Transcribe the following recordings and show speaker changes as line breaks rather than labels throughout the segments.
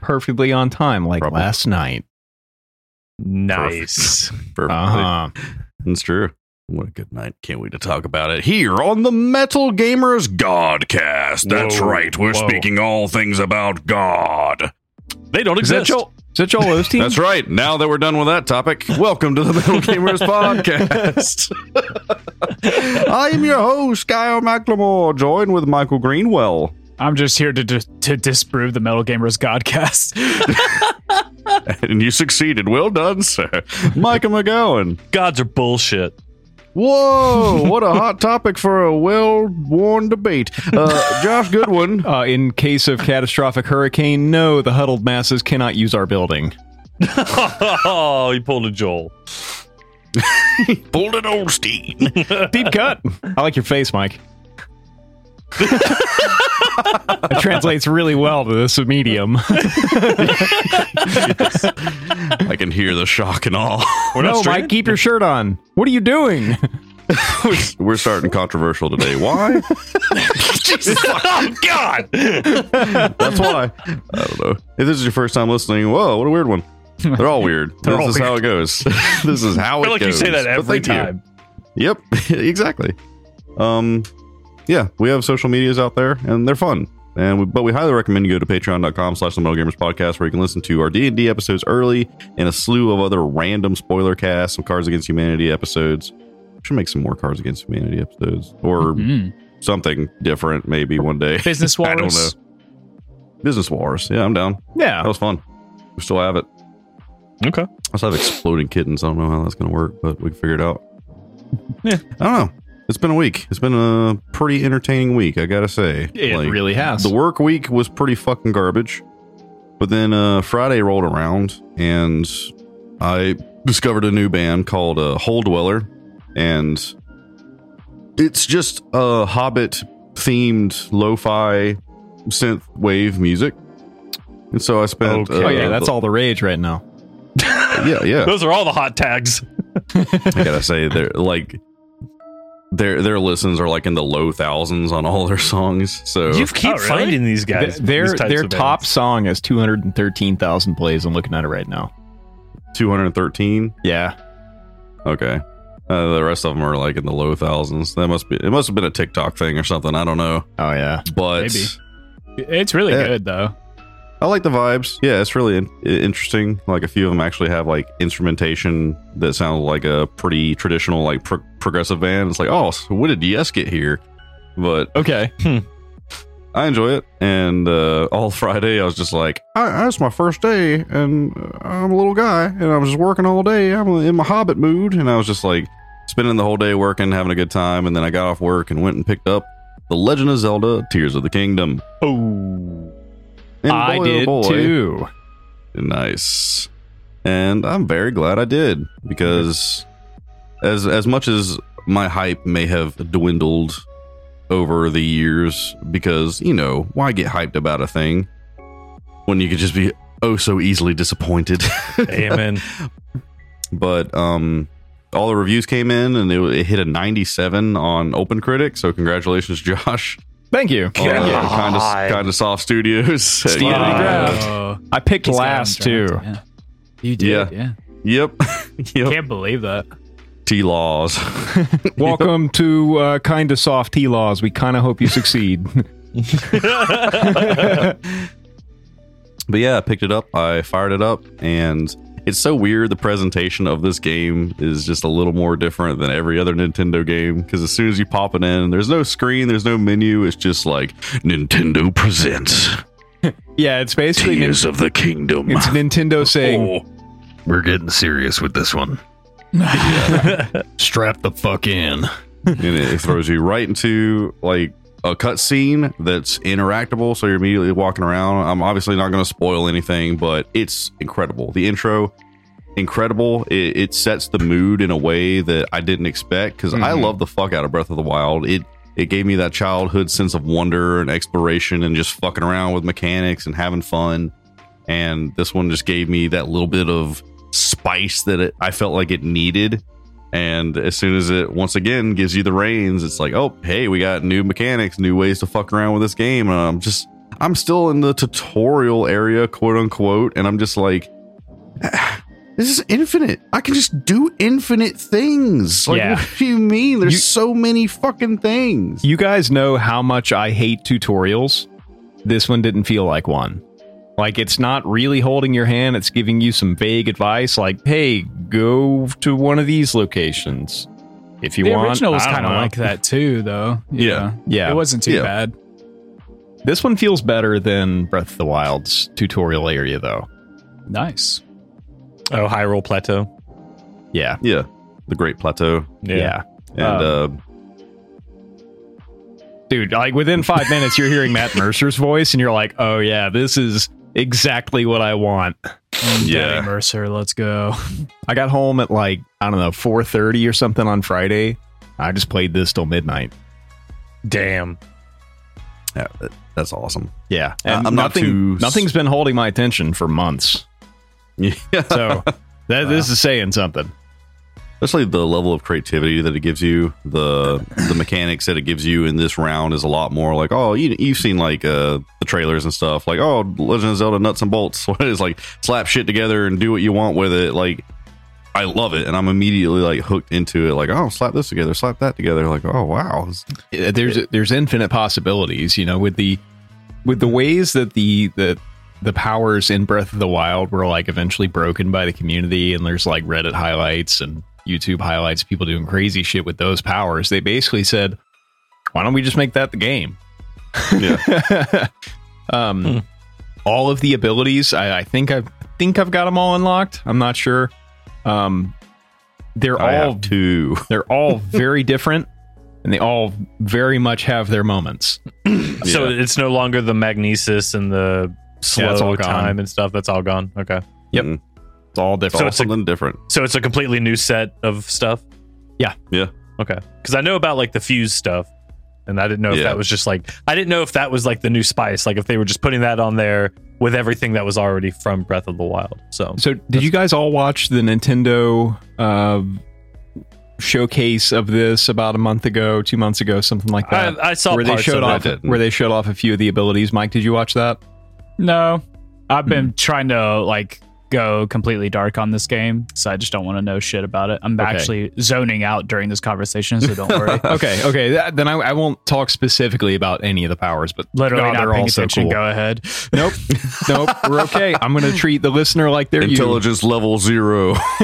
perfectly on time, like
Probably.
last night.
Nice.
Perfectly.
Uh huh.
It's true. What a good night. Can't wait to talk about it here on the Metal Gamers Godcast. That's
Whoa,
right. We're
whoa.
speaking all things about God.
They don't
Is that
exist.
Joel? Is that Joel Osteen?
That's right. Now that we're done with that topic, welcome to the Metal Gamers Podcast. I am your host, Kyle McLemore, joined with Michael Greenwell.
I'm just here to, to to disprove the Metal Gamers Godcast.
And you succeeded. Well done, sir. Micah McGowan.
Gods are bullshit.
Whoa, what a hot topic for a well worn debate. Uh, Josh Goodwin.
Uh, in case of catastrophic hurricane, no, the huddled masses cannot use our building.
Oh, he pulled a Joel.
Pulled an Olstein.
Deep cut. I like your face, Mike. it translates really well to this medium.
I can hear the shock and awe.
We're not
no,
streaming?
Mike, keep your shirt on. What are you doing?
We're starting controversial today. Why?
oh God!
That's why. I don't know. If this is your first time listening, whoa, what a weird one. They're all weird.
They're
this
all
is how it goes. this is how
I
it
feel like you
goes.
say that
But
every
thank you.
time.
Yep, exactly. Um, yeah, we have social medias out there, and they're fun. And we, but we highly recommend you go to patreon.com slash the Metal Gamers Podcast where you can listen to our D&D episodes early and a slew of other random spoiler casts, some Cards Against Humanity episodes. Should make some more Cards Against Humanity episodes
Mm-hmm.
or
Hmm.
Mm.
something different maybe one day.
Business
I don't
walrus.
Business Wars. Yeah, I'm down. That
Yeah.
was fun. We still have it.
Okay.
I still have exploding kittens. I don't know how that's going to work, but we can figure it out. I don't know. It's been a week. It's been a pretty entertaining week, I gotta say.
It
Like,
really has.
The work week was pretty fucking garbage, but then uh, Friday rolled around and I discovered a new band called uh, Hole Dweller, and it's just a Hobbit themed lo-fi synth wave music. And so I spent. uh,
Okay.
oh, yeah, that's all the rage right now.
Yeah, yeah.
Those are all the hot tags.
I gotta say, they're like their their listens are like in the low thousands on all their songs. So
You keep
Oh, really?
finding these guys.
Th- their
these types
their
of
top
bands.
song is 213,000 plays. I'm looking at it right now.
two hundred thirteen.
Yeah.
Okay, uh, the rest of them are like in the low thousands. That must be it. Must have been a TikTok thing or something. I don't know,
Oh, yeah.
but
Maybe. It's really
Yeah.
good though.
I like the vibes. Yeah, it's really in- i- interesting. Like a few of them actually have like instrumentation that sounds like a pretty traditional like pro- progressive band. It's like, oh, so when did Yes get here? But
Okay.
I enjoy it. And uh, all Friday, I was just like, I, "That's my first day, and uh, I'm a little guy, and I was just working all day. I'm in my hobbit mood." And I was just like spending the whole day working, having a good time. And then I got off work and went and picked up The Legend of Zelda: Tears of the Kingdom.
Oh,
And
I
boy, oh
did
boy,
too.
Nice. And I'm very glad I did because as as much as my hype may have dwindled over the years because, you know, why get hyped about a thing when you could just be oh so easily disappointed.
amen.
but um all the reviews came in and it, it hit a 97 on OpenCritic, so congratulations Josh.
Thank you.
Yeah.
kind of kind of soft studios.
Steal it
Yeah.
ground.
Oh,
I picked last, too.
Yeah. You
Yeah.
did. Yeah.
Yep. yep.
Can't believe that.
T laws.
Welcome to uh, Kind of Soft T Laws. We kind of hope you succeed.
But yeah, I picked it up. I fired it up, and it's so weird. The presentation of this game is just a little more different than every other Nintendo game because as soon as you pop it in, there's no screen, there's no menu. It's just like Nintendo presents
yeah, it's basically Nin-
Tears of the Kingdom.
it's Nintendo saying,
Oh,
We're getting serious with this one. Strap the fuck in.
and it throws you right into like a cutscene that's interactable, so you're immediately walking around. I'm obviously not going to spoil anything, but it's incredible. The intro, incredible. It, it sets the mood in a way that I didn't expect because I
Mhm.
love the fuck out of Breath of the Wild. It it gave me that childhood sense of wonder and exploration and just fucking around with mechanics and having fun. And this one just gave me that little bit of spice that it, I felt like it needed. And as soon as it once again gives you the reins, it's like, oh, hey, we got new mechanics, new ways to fuck around with this game. And I'm just I'm still in the tutorial area, quote unquote, and I'm just like, "Ah, this is infinite. I can just do infinite things. Like,
Yeah.
what do you mean? There's
You-
so many fucking things.
You guys know how much I hate tutorials. This one didn't feel like one. Like it's not really holding your hand, it's giving you some vague advice like, "Hey, go to one of these locations if you
the
want."
original was
I don't
kind of
know.
like that too, though.
Yeah.
Yeah.
It wasn't too
Yeah.
bad.
this one feels better than Breath of the Wild's tutorial area though.
Nice.
Oh, Hyrule Plateau.
Yeah.
Yeah. The Great Plateau.
Yeah.
And uh,
Dude, like within 5 minutes you're hearing Matt Mercer's voice and you're like, "Oh yeah, this is exactly what I want."
Yeah.
Daddy Mercer, let's go.
I got home at like I don't know 4:30 or something on Friday. I just played this till midnight.
Damn.
yeah, that- that's awesome.
Yeah,
I-
and
I'm not
nothing,
too s-
Nothing's been holding my attention for months.
Yeah.
So that this is saying something.
especially the level of creativity that it gives you the the mechanics that it gives you in this round is a lot more like oh you, you've seen like uh the trailers and stuff like oh legend of zelda nuts and bolts it's like slap shit together and do what you want with it like i love it and i'm immediately like hooked into it like oh slap this together slap that together like oh wow it's-
Uh, There's there's infinite possibilities, you know, with the with the ways that the the the powers in Breath of the Wild were like eventually broken by the community, and there's like Reddit highlights and YouTube highlights, people doing crazy shit with those powers. They basically said, "Why don't we just make that the game?"
yeah
um,
Hmm.
all of the abilities. I, I think I think I've got them all unlocked. I'm not sure. Um, they're
i
all
have two
they're all very different, and they all very much have their moments.
So
Yeah.
it's no longer the magnesis and the
Yeah,
slow
that's all gone.
time and stuff. That's all gone. Okay.
Yep.
Mhm.
It's all
it's
different.
So
all
it's a-
something different
So it's a completely new set of stuff.
Yeah.
Yeah.
Okay. Because I know about like the fuse stuff, and I didn't know if
Yeah.
that was just like I didn't know if that was like the new spice, like if they were just putting that on there with everything that was already from Breath of the Wild. So
So, did you guys all watch the Nintendo uh, showcase of this about a month ago, two months ago, something like that?
I, I saw
where they
parts
showed
of it.
off
I didn't.
where they showed off a few of the abilities. Mike, did you watch that?
No, I've been
Hmm.
trying to like go completely dark on this game, so I just don't want to know shit about it. I'm
Okay.
actually zoning out during this conversation, so don't worry.
okay, okay. That, then I, I won't talk specifically about any of the powers, but
Literally
God,
not
they're
paying
all so
attention.
cool.
Go ahead.
Nope, nope. We're okay. I'm going to treat the listener like they're you.
intelligence level zero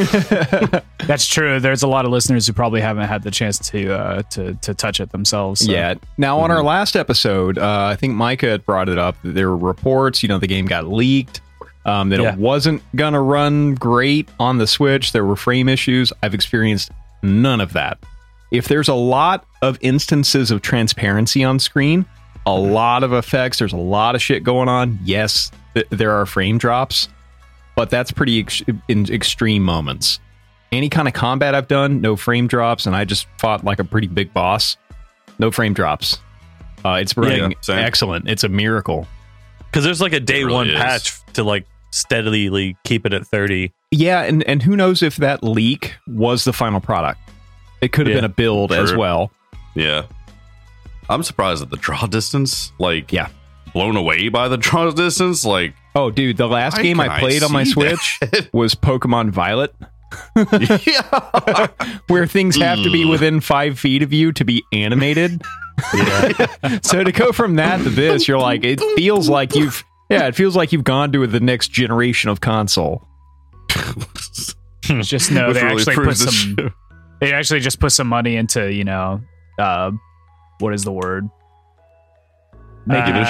That's true. There's a lot of listeners who probably haven't had the chance to uh, to to touch it themselves. so-
Yeah. Now, on our last episode, uh, I think Micah had brought it up. that There were reports, you know, the game got leaked, um, that
Yeah.
it wasn't going to run great on the Switch. There were frame issues. I've experienced none of that. If there's a lot of instances of transparency on screen, a lot of effects, there's a lot of shit going on. Yes, th- there are frame drops, but that's pretty ex- in extreme moments. Any kind of combat I've done, no frame drops, and I just fought like a pretty big boss no frame drops. Uh, it's running
Yeah, same.
excellent. It's a miracle.
because there's like a day
really
one
is.
patch to like steadily keep it at thirty.
Yeah, and and who knows if that leak was the final product? It could have
Yeah.
been a build as
True.
well.
Yeah. I'm surprised at the draw distance. Like,
Yeah.
blown away by the draw distance. Like,
Oh, dude, the last
Why
game
can
I played on my
see
Switch was Pokemon Violet,
yeah.
where things have to be
Ugh.
within five feet of you to be animated. so to go from that to this, you're like, it feels like you've yeah, it feels like you've gone to the next generation of console.
Just know
Which
they
really
actually put
proves the
some.
show.
They actually just put some money into you know, uh, what is the word?
Give it a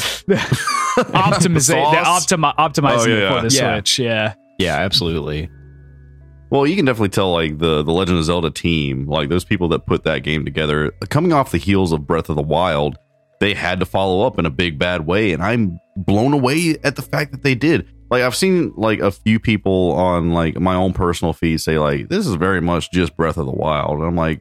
shot.
Uh,
Optimization.
Sauce?
Optimi- optimizing
Oh, yeah,
it
yeah.
for the
Yeah.
Switch. Yeah.
Yeah, absolutely.
Well, you can definitely tell, like, the, the Legend of Zelda team, like, those people that put that game together, coming off the heels of Breath of the Wild, they had to follow up in a big bad way. And I'm blown away at the fact that they did. Like, I've seen, like, a few people on, like, my own personal feed say, like, this is very much just Breath of the Wild. And I'm like,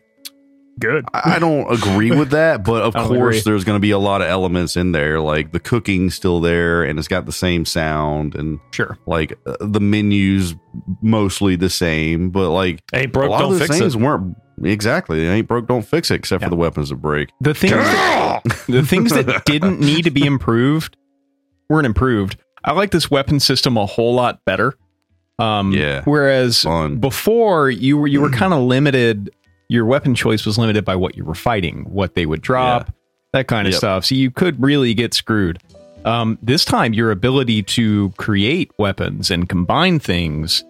Good.
I I don't agree with that, but of
I don't
course,
agree.
there's going to be a lot of elements in there. Like the cooking's still there, and it's got the same sound, and
Sure.
like uh, the menus mostly the same. But like
hey,
a
broke,
lot of
don't
those
fix
things
it.
weren't Exactly. It ain't broke, don't fix it, except for the weapons that break.
The things that, the things that didn't need to be improved weren't improved. I like this weapon system a whole lot better. Um,
Yeah.
Whereas
Fun. Mm.
before you were you were kind of limited. Your weapon choice was limited by what you were fighting, what they would drop, that kind of
Yep.
stuff. So you could really get screwed. Um, this time, your ability to create weapons and combine things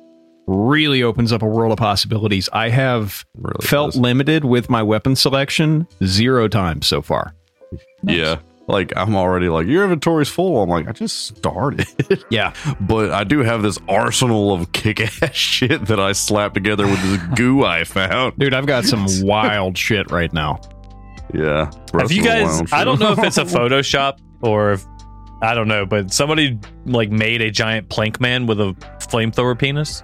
really opens up a world of possibilities. I have
Really
felt
does.
limited with my weapon selection zero times so far.
Yeah. Like I'm already like your inventory's full. I'm like I just started,
Yeah.
but I do have this arsenal of kick-ass shit that I slapped together with this goo I found.
Dude, I've got some wild shit right now.
Yeah,
Have you guys? I don't know if it's a Photoshop or if I don't know, but somebody like made a giant plank man with a flamethrower penis.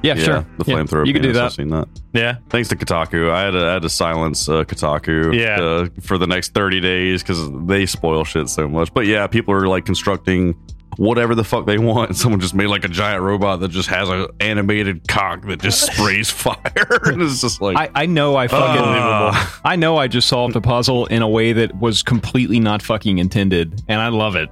Yeah,
yeah,
sure.
the
Yeah,
flamethrower.
You could do
penis, I've
that.
seen that.
Yeah,
Thanks to Kotaku, I had to, I had to silence uh, Kotaku
Yeah.
uh, for the next 30 days because they spoil shit so much. But yeah, people are like constructing whatever the fuck they want. Someone just made like a giant robot that just has an animated cock that just sprays fire. and it's just like,
I, I know I fucking
Ah.
Unbelievable.
I know I just solved a puzzle in a way that was completely not fucking intended, and I love it.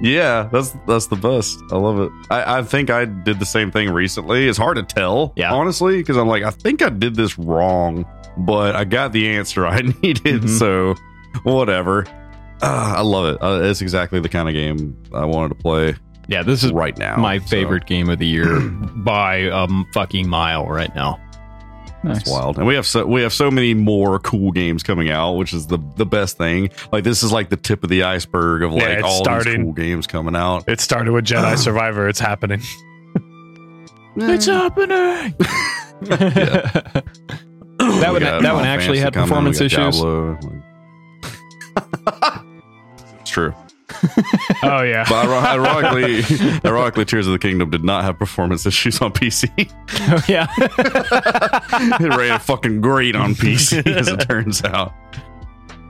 yeah, that's that's the best. I love it. I, I think I did the same thing recently. It's hard to tell,
Yeah.
honestly, because I'm like, I think I did this wrong, but I got the answer I needed.
Mhm.
So whatever. Ah, I love it. Uh, it's exactly the kind of game I wanted to play
Yeah, this is
right now.
my
so
favorite game of the year by a m- fucking mile right now.
Nice.
It's wild, and we have so we have so many more cool games coming out, which is the the best thing. Like this is like the tip of the iceberg of
Yeah,
like
it's
all these
starting.
cool games coming out.
it started with Jedi Survivor. It's happening.
It's
happening.
That one- that one actually had performance issues.
it's true.
Oh yeah.
But iro- ironically, ironically, Tears of the Kingdom did not have performance issues on PC.
Oh, yeah.
it ran fucking great on PC, as it turns out.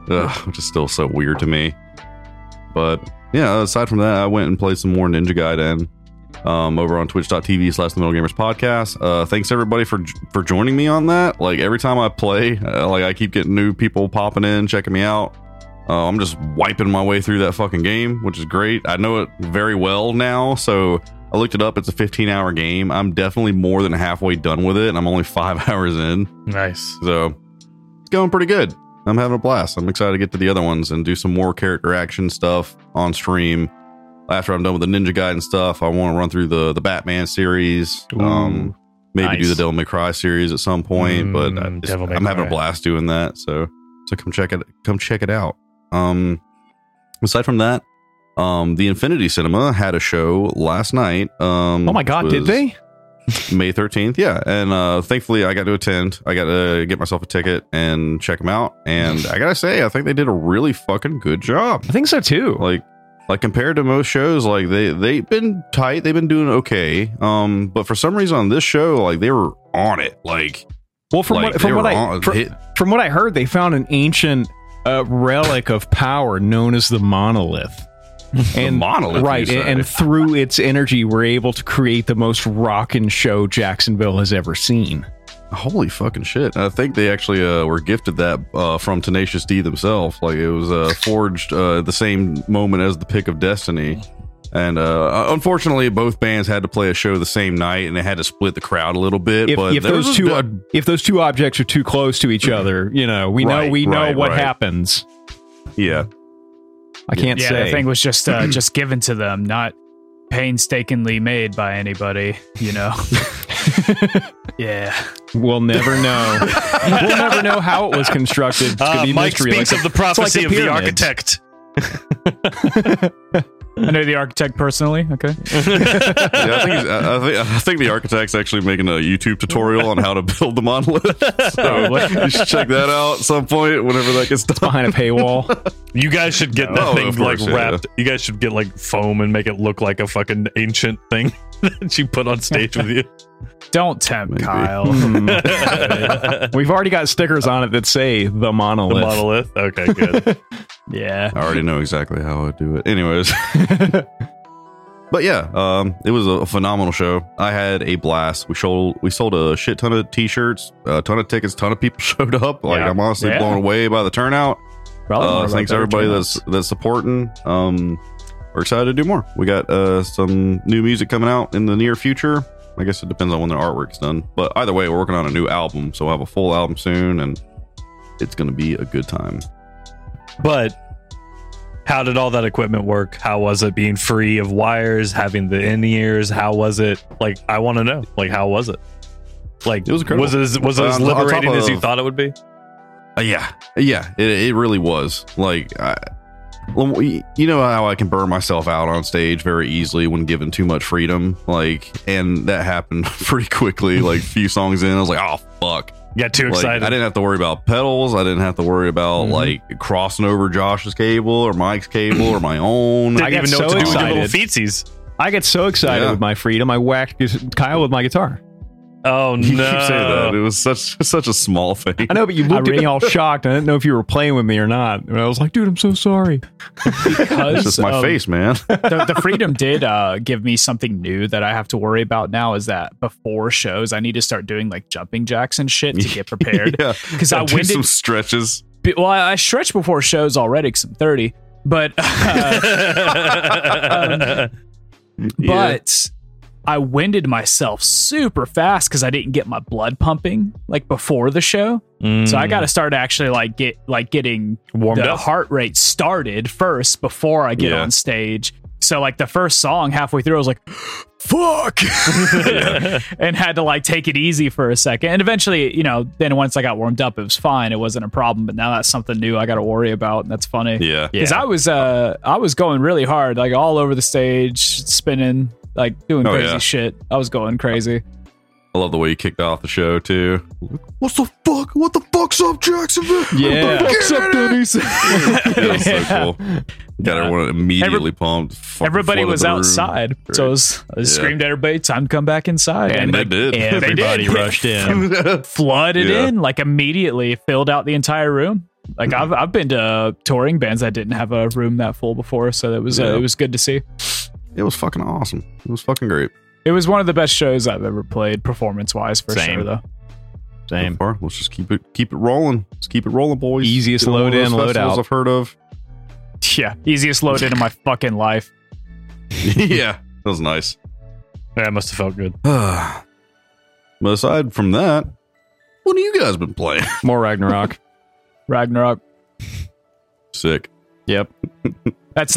Ugh, which is still so weird to me. But yeah, aside from that, I went and played some more Ninja Gaiden um, over on twitch.tv slash the Middle Gamers Podcast. Uh, thanks everybody for for joining me on that. Like every time I play, uh, like I keep getting new people popping in, checking me out. Uh, I'm just wiping my way through that fucking game, which is great. I know it very well now, so I looked it up. It's a 15 hour game. I'm definitely more than halfway done with it, and I'm only five hours in.
Nice.
So it's going pretty good. I'm having a blast. I'm excited to get to the other ones and do some more character action stuff on stream. After I'm done with the Ninja Gaiden stuff, I want to run through the the Batman series. um, maybe do
nice.
the Devil May Cry series at some point. but I
Mm,
just-
Devil May
I'm having a
Cry.
blast doing that. So so come check it come check it out. Um, aside from that, um, the Infinity Cinema had a show last night. Um,
Oh my god, did
was-
they?
May 13th. Yeah. And uh, thankfully, I got to attend. I got to get myself a ticket and check them out. And I got to say, I think they did a really fucking good job.
I think so too.
Like, like compared to most shows, like they they've been tight, they've been doing okay. Um, but for some reason on this show, like they were on it. Like,
Well, from
like,
what
they
from what
were
I
on-
fr-
they-
from what I heard, they found an ancient uh, relic of power known as the monolith. And
monolith, you
right?
say.
And, and through its energy, we're able to create the most rockin' show Jacksonville has ever seen.
Holy fucking shit! I think they actually uh, were gifted that uh, from Tenacious D themselves. Like it was uh, forged uh, at the same moment as the pick of Destiny, and uh, unfortunately, both bands had to play a show the same night, and they had to split the crowd a little bit.
If,
but
if
there was
those
a- Mm-hmm.
two if those two objects are too close to each other, you know we know
Right,
we know
right,
what
right.
happens.
yeah,
I can't
yeah,
say.
the thing was just uh, just given to them, not painstakingly made by anybody. You know. yeah.
We'll never know. we'll never know how it was constructed. It's gonna
Uh,
be a
Mike
mystery,
speaks
like-
of the
it's like
prophecy of the
pyramids.
architect.
I know the architect personally. Okay.
yeah I, think he's- I, I think I think the architect's actually making a YouTube tutorial on how to build the monolith.
Oh,
So you should check that out at some point whenever that gets done.
behind a paywall.
You guys should get that
Oh,
thing
of course,
like
yeah.
wrapped. You guys should get like foam and make it look like a fucking ancient thing that you put on stage with you.
Don't tempt
Maybe.
Kyle.
Hmm.
the
We've already got stickers on it that say the monolith.
monolith. Okay, good.
yeah.
I already know exactly how I do it. Anyways. But yeah, um, it was a phenomenal show. I had a blast. We sold we sold a shit ton of t-shirts, a ton of tickets, ton of people showed up. Like
Yeah.
I'm honestly
Yeah.
blown away by the turnout.
Probably more
Uh,
about
thanks
that
everybody
turnouts.
that's that's supporting. Um, we're excited to do more. We got uh, some new music coming out in the near future. I guess it depends on when their artwork's done. But either way, we're working on a new album, so we'll have a full album soon, and it's gonna be a good time.
But how did all that equipment work? How was it being free of wires, having the in ears? How was it? Like, I want to know. Like, how was it? Like,
It was incredible.
Was it as, was it as
On- on top
liberating as you
of-
thought it would be?
Uh, yeah, yeah, it, it really was. Like, I, well, y- you know how I can burn myself out on stage very easily when given too much freedom. Like, and that happened pretty quickly. Like, a few songs in, I was like, oh fuck.
Got too
Like,
excited.
I didn't have to worry about pedals. I didn't have to worry about
Mhm.
like crossing over Josh's cable or Mike's cable or my own.
Didn't
I got
even know
so
what to do with
excited.
your little feetsies.
I get so excited
Yeah.
with my freedom. I whacked Kyle with my guitar.
Oh no!
You keep saying that. It was such such a small thing.
I know, but you looked at me all shocked. I didn't know if you were playing with me or not. And I was like, dude, I'm so sorry.
It's just my
um,
face, man.
the, the freedom did uh, give me something new that I have to worry about now is that before shows I need to start doing like jumping jacks and shit to get prepared
yeah,
because I
do
winded.
some stretches.
b- well, I I stretch before shows already because I'm 30, but uh, but I winded myself super fast because I didn't get my blood pumping like before the show, so I got to start actually like get like
Mm.
getting
warmed
the
up.
heart rate started first before I get
Yeah.
on stage. So like the first song halfway through, I was like, "Fuck," and had to like take it easy for a second. And eventually, you know, then once I got warmed up, it was fine. It wasn't a problem. But now that's something new I got to worry about, and that's funny.
Yeah,
Because I was uh I was going really hard, like all over the stage, spinning, like doing
Oh,
crazy
yeah.
shit. I was going crazy.
I love the way you kicked off the show too. What's the fuck? What the fuck's up, Jacksonville?
Yeah.
What's up, Denny's? That's
Yeah.
so cool. Got everyone immediately pumped. fucking
Everybody
flooded
was
the room.
outside, so I, was, I
Yeah.
screamed at everybody, "Time to come back inside!"
And they did.
everybody
rushed in.
flooded
Yeah.
in like immediately filled out the entire room like
Hmm.
I've, I've been to touring bands that didn't have a room that full before so that was
Yeah.
uh, it was good to see
It was fucking awesome. It was fucking great.
it was one of the best shows i've ever played performance wise for
Same.
sure though
Same.
So far, let's just keep it keep it rolling. Let's keep it rolling, boys.
Easiest
Get on one
load
of
in,
those
load
festivals
out.
I've heard of.
yeah easiest load in of my fucking life
yeah, that was nice.
Yeah, it must have felt good.
but aside from that, what have you guys been playing?
More Ragnarok.
ragnarok
Sick.
yep.
that's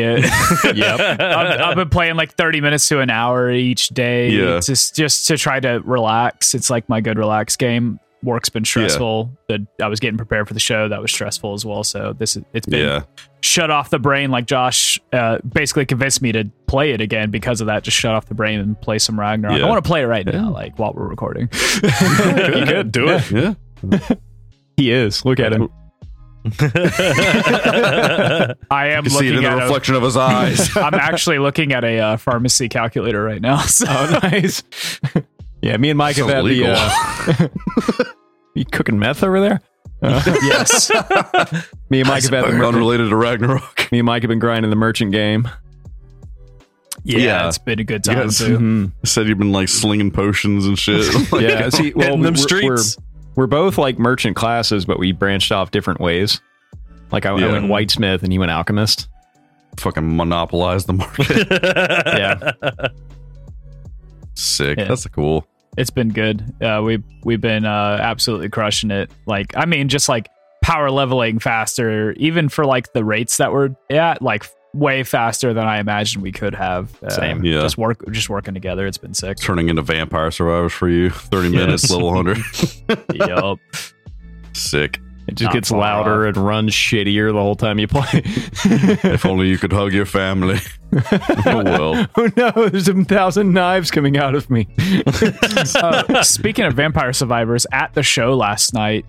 it
Yep.
I've, I've been playing like 30 minutes to an hour each day
Yeah.
just just to try to relax it's like my good relax game work's been stressful the, i was getting prepared for the show that was stressful as well so this is it's been
Yeah.
shut off the brain like Josh uh, basically convinced me to play it again because of that. Just shut off the brain and play some Ragnarok.
Yeah.
I want to play it right now, like while we're recording.
you could do it.
Yeah.
He is. Look at him.
I am
You see it in
looking
the
at a,
reflection of his eyes.
I'm actually looking at a uh, pharmacy calculator right now. So
Oh, nice. yeah, me and Mike have
Sounds
had
legal.
the. Uh, you cooking meth over there? Uh,
yes,
me and Mike have had the merchant,
unrelated to Ragnarok.
me and Mike have been grinding the merchant game.
yeah,
Yeah.
it's been a good time
Yes.
too.
Mhm.
Said you've been like slinging potions and shit. Like,
Yeah, see, well,
Hitting them
we- we're-
streets.
We're, we're both like merchant classes, but we branched off different ways. Like I,
Yeah.
I went whitesmith and he went alchemist.
fucking monopolize the market.
yeah.
Sick.
Yeah.
That's cool.
It's been good. Uh, we we've been uh, absolutely crushing it. Like I mean, just like power leveling faster, even for like the rates that we're at, like way faster than I imagined we could have. Uh,
Same.
Yeah.
Just work, just working together. It's been sick.
Turning into vampire survivors for you. 30
Yes.
minutes, level 100.
yup.
Sick.
It just
Not
gets
far
louder and runs shittier the whole time you play.
If only you could hug your family. oh, well.
oh no, there's a thousand knives coming out of me.
Uh, speaking of vampire survivors, at the show last night,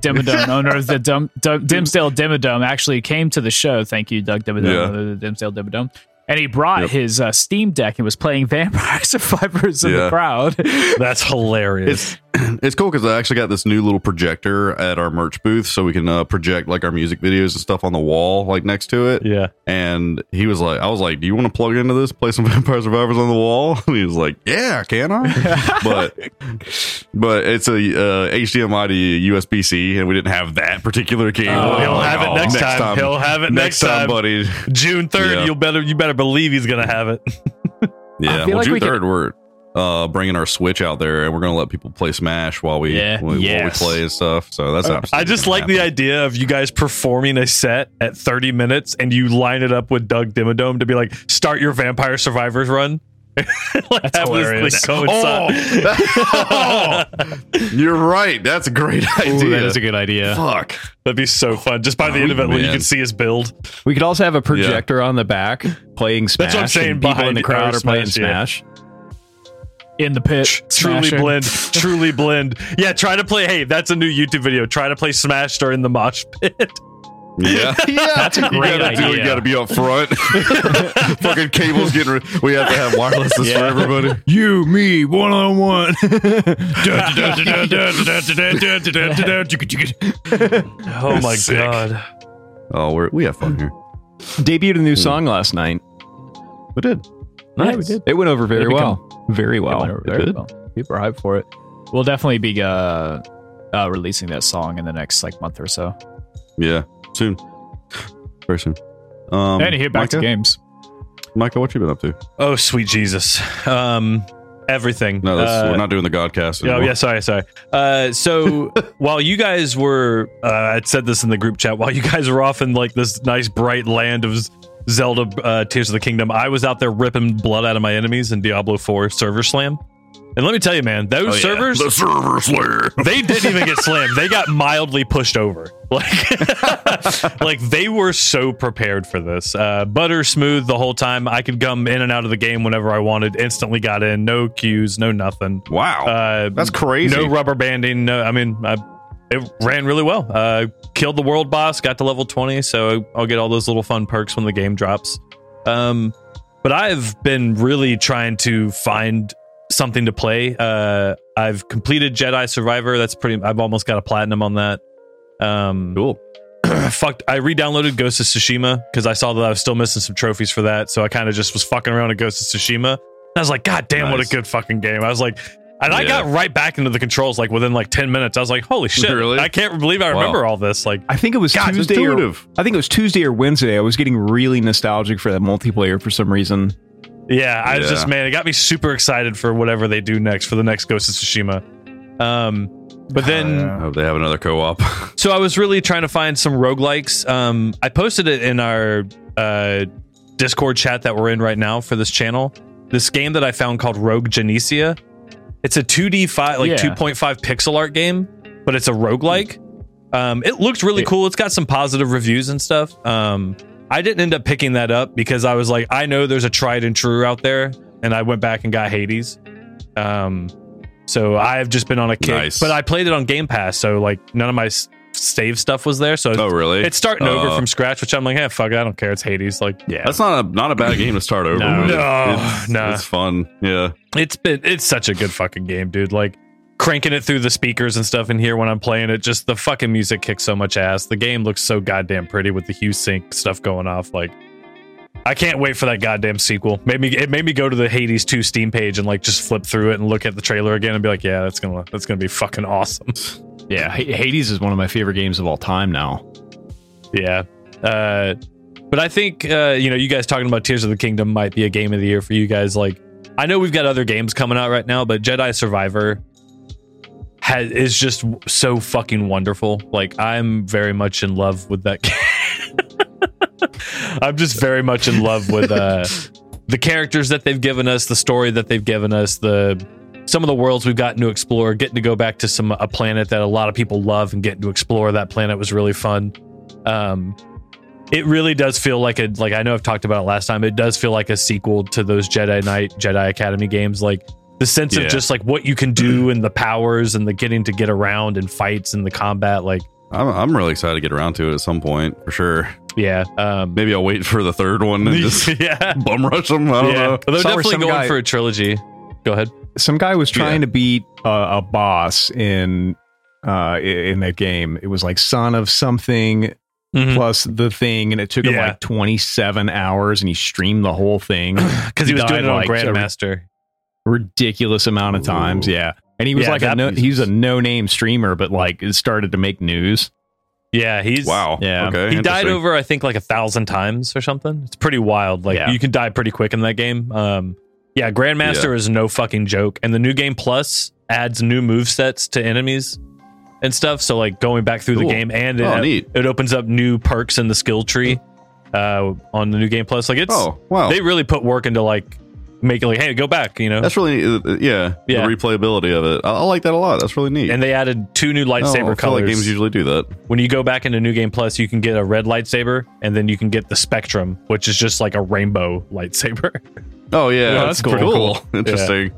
Dimmadome, owner of the Dum, Dum, Dimsdale Dimmadome, actually came to the show. Thank you, Doug Dimmadome,
Yeah.
owner of the Dimsdale Dimmadome. and he brought
Yep.
his uh, Steam Deck and was playing Vampire Survivors in the
Yeah.
crowd.
That's hilarious.
It's it's cool because I actually got this new little projector at our merch booth, so we can uh, project like our music videos and stuff on the wall, like next to it.
yeah.
And he was like, I was like, "Do you want to plug into this? Play some Vampire Survivors on the wall?" And he was like, "Yeah, can I?" but but it's a uh, HDMI to USB C, and we didn't have that particular game.
Oh, he'll
Like,
have it
"Oh,
next, time. He'll have it next, time.
buddy.
June third.
Yeah.
You'll better. You better believe he's gonna have it.
Yeah,
feel
well,
like
June
we could-
third, we're uh, bringing our Switch out there, and we're gonna let people play Smash while we
Yeah.
while, while
Yes.
we play and stuff. So that's
I just like the idea of you guys performing a set at 30 minutes and you line it up with Doug Dimmadome to be like, start your Vampire Survivors run. like, That's
hilarious.
Oh! You're right. That's a great idea.
Ooh, that is a good idea.
Fuck.
That'd be so fun. Just by the end of it, when you
man.
can see his build.
We could also have a projector on the back playing Smash.
That's what I'm saying,
and people in
behind
the
you,
crowd
or
are playing
Smash,
Smash.
in the pit.
Truly
smashing.
blend. Truly blend. Yeah, try to play. Hey, that's a new YouTube video. Try to play Smash during the mosh pit.
Yeah.
That's a
You gotta
great
do it.
idea.
You gotta be up front. Fucking cables getting. Re- we have to have wirelesses for everybody.
You, me, one on one.
Oh my god.
Oh, we're, we have fun here.
Debuted a new song last night.
We did.
Yeah, we did.
It went over very
Did it
well. Very
It
well.
went over very
did.
well. People are hyped for it. We'll definitely be uh, uh, releasing that song in the next like month or so.
Yeah. Soon. Very soon. Um,
and here, back
Micah,
to games.
Micah, what you been up to?
Oh sweet Jesus. Um, everything.
No, that's,
Uh,
we're not doing the Godcast.
Oh
anymore.
yeah, sorry, sorry. Uh, so while you guys were, uh, I said this in the group chat. While you guys were off in like this nice bright land of Z- Zelda uh, Tears of the Kingdom, I was out there ripping blood out of my enemies in Diablo Four server slam. And let me tell you, man,
Oh,
those servers
The server slayer.
they didn't even get slammed. They got mildly pushed over. Like, like they were so prepared for this. Uh, butter smooth the whole time. I could come in and out of the game whenever I wanted. Instantly got in. No cues. No nothing.
Wow.
Uh,
that's crazy.
no rubber banding. No, I mean, I, it ran really well. Uh, killed the world boss, got to level 20, so I'll get all those little fun perks when the game drops. Um, but I've been really trying to find something to play. Uh, I've completed Jedi Survivor. That's pretty, I've almost got a platinum on that. Um,
cool.
fucked. I re-downloaded Ghost of Tsushima because I saw that I was still missing some trophies for that. So I kind of just was fucking around with Ghost of Tsushima. And I was like, God damn, what a
Nice.
good fucking game. I was like, and I
Yeah.
got right back into the controls like within like ten minutes. I was like, Holy shit!
Really?
I can't believe I
Wow.
remember all this. Like,
I think it was
God, it's
Tuesday. Or,
intuitive.
I think it was Tuesday or Wednesday. I was getting really nostalgic for that multiplayer for some reason.
yeah, I was
Yeah.
just man, it got me super excited for whatever they do next for the next Ghost of Tsushima. Um, but then.
I hope they have another co-op.
So I was really trying to find some roguelikes. Um, I posted it in our uh, Discord chat that we're in right now for this channel. This game that I found called Rogue Genesia. It's a 2D five like
Yeah.
2.5 pixel art game, but it's a roguelike. Um, it looked really cool. It's got some positive reviews and stuff. Um, I didn't end up picking that up because I was like, I know there's a tried and true out there, and I went back and got Hades. Um, so I've just been on a kick,
Nice.
but I played it on Game Pass, so like none of my s- save stuff was there. So
oh, really?
it's starting over
Uh,
from scratch, which I'm like, yeah, fuck, it, I don't care. It's Hades. Like,
Yeah.
That's not a not a bad game to start over.
No.
with.
No,
it's,
nah.
it's fun. Yeah,
it's been it's such a good fucking game, dude. Like cranking it through the speakers and stuff in here when I'm playing it, just the fucking music kicks so much ass. The game looks so goddamn pretty with the hue sync stuff going off. Like I can't wait for that goddamn sequel. Made me it made me go to the Hades 2 Steam page and like just flip through it and look at the trailer again and be like, yeah, that's gonna that's gonna be fucking awesome.
Yeah, H- Hades is one of my favorite games of all time now.
Yeah. Uh, but I think, uh, you know, you guys talking about Tears of the Kingdom might be a game of the year for you guys. Like, I know we've got other games coming out right now, but Jedi Survivor has, is just w- so fucking wonderful. Like, I'm very much in love with that game. I'm just very much in love with uh, the characters that they've given us, the story that they've given us, the some of the worlds we've gotten to explore, getting to go back to some a planet that a lot of people love and getting to explore that planet was really fun um it really does feel like a like I know I've talked about it last time. It does feel like a sequel to those Jedi Knight Jedi Academy games. Like the sense
Yeah.
of just like what you can do and the powers and the getting to get around and fights and the combat. Like
I'm, I'm really excited to get around to it at some point for sure.
Yeah. Um,
Maybe I'll wait for the third one and just
yeah.
bum rush them. I don't
yeah.
know.
They're
Saw where
definitely
some
going
guy-
for a trilogy. Go ahead.
some guy was trying to
Yeah.
beat uh, a boss in uh i- in that game it was like son of something
Because
plus the thing and it took him
Hmm. Yeah.
like 27 hours and he streamed the whole thing
he was
died
doing it on
like a-
Grandmaster.
ridiculous amount of times
Ooh.
yeah and he was
Yeah,
like a
that
no,
piece
he's a
is-
no-name streamer but like it started to make news
Yeah. He's
Wow.
Yeah.
Okay.
He died
interesting.
over, I think, like a thousand times or something. It's pretty wild. Like
Yeah.
you can die pretty quick in that game. Um, yeah, Grandmaster is no fucking joke, and the new game plus adds new move sets to enemies and stuff. So like going back through
Cool.
the game, and it,
Oh, neat.
it opens up new perks in the skill tree uh, on the new game plus. Like it's
Oh wow.
they really put work into like making like hey go back, you know.
That's really neat. Uh, yeah.
Yeah.
The replayability of it. I, I like that a lot. That's really neat.
and they added two new
Oh, I don't
lightsaber
feel
colors.
Like games usually do that.
when you go back into New Game Plus, you can get a red lightsaber, and then you can get the Spectrum, which is just like a rainbow lightsaber.
Oh yeah,
Yeah, that's
it's pretty
cool.
Interesting.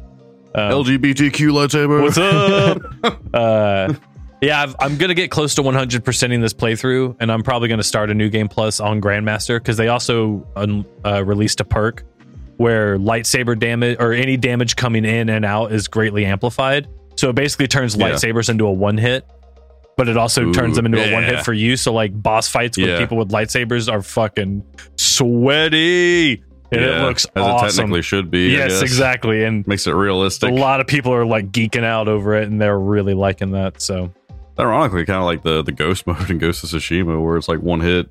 Um,
LGBTQ lightsaber.
What's up? uh, yeah, I've, I'm gonna get close to 100% in this playthrough, and I'm probably gonna start a New Game Plus on Grandmaster because they also un- uh, released a perk where lightsaber damage or any damage coming in and out is greatly amplified. So it basically turns
Yeah.
lightsabers into a one hit, but it also
Ooh,
turns them into a one
yeah.
hit for you. So like boss fights with
Yeah.
people with lightsabers are fucking sweaty, and it
Yeah,
looks
as
awesome.
it technically should be. I
yes,
guess.
exactly, and
Makes it realistic.
a lot of people are like geeking out over it and they're really liking that so
Ironically, kind of like the the ghost mode in Ghost of Tsushima, where it's like one hit,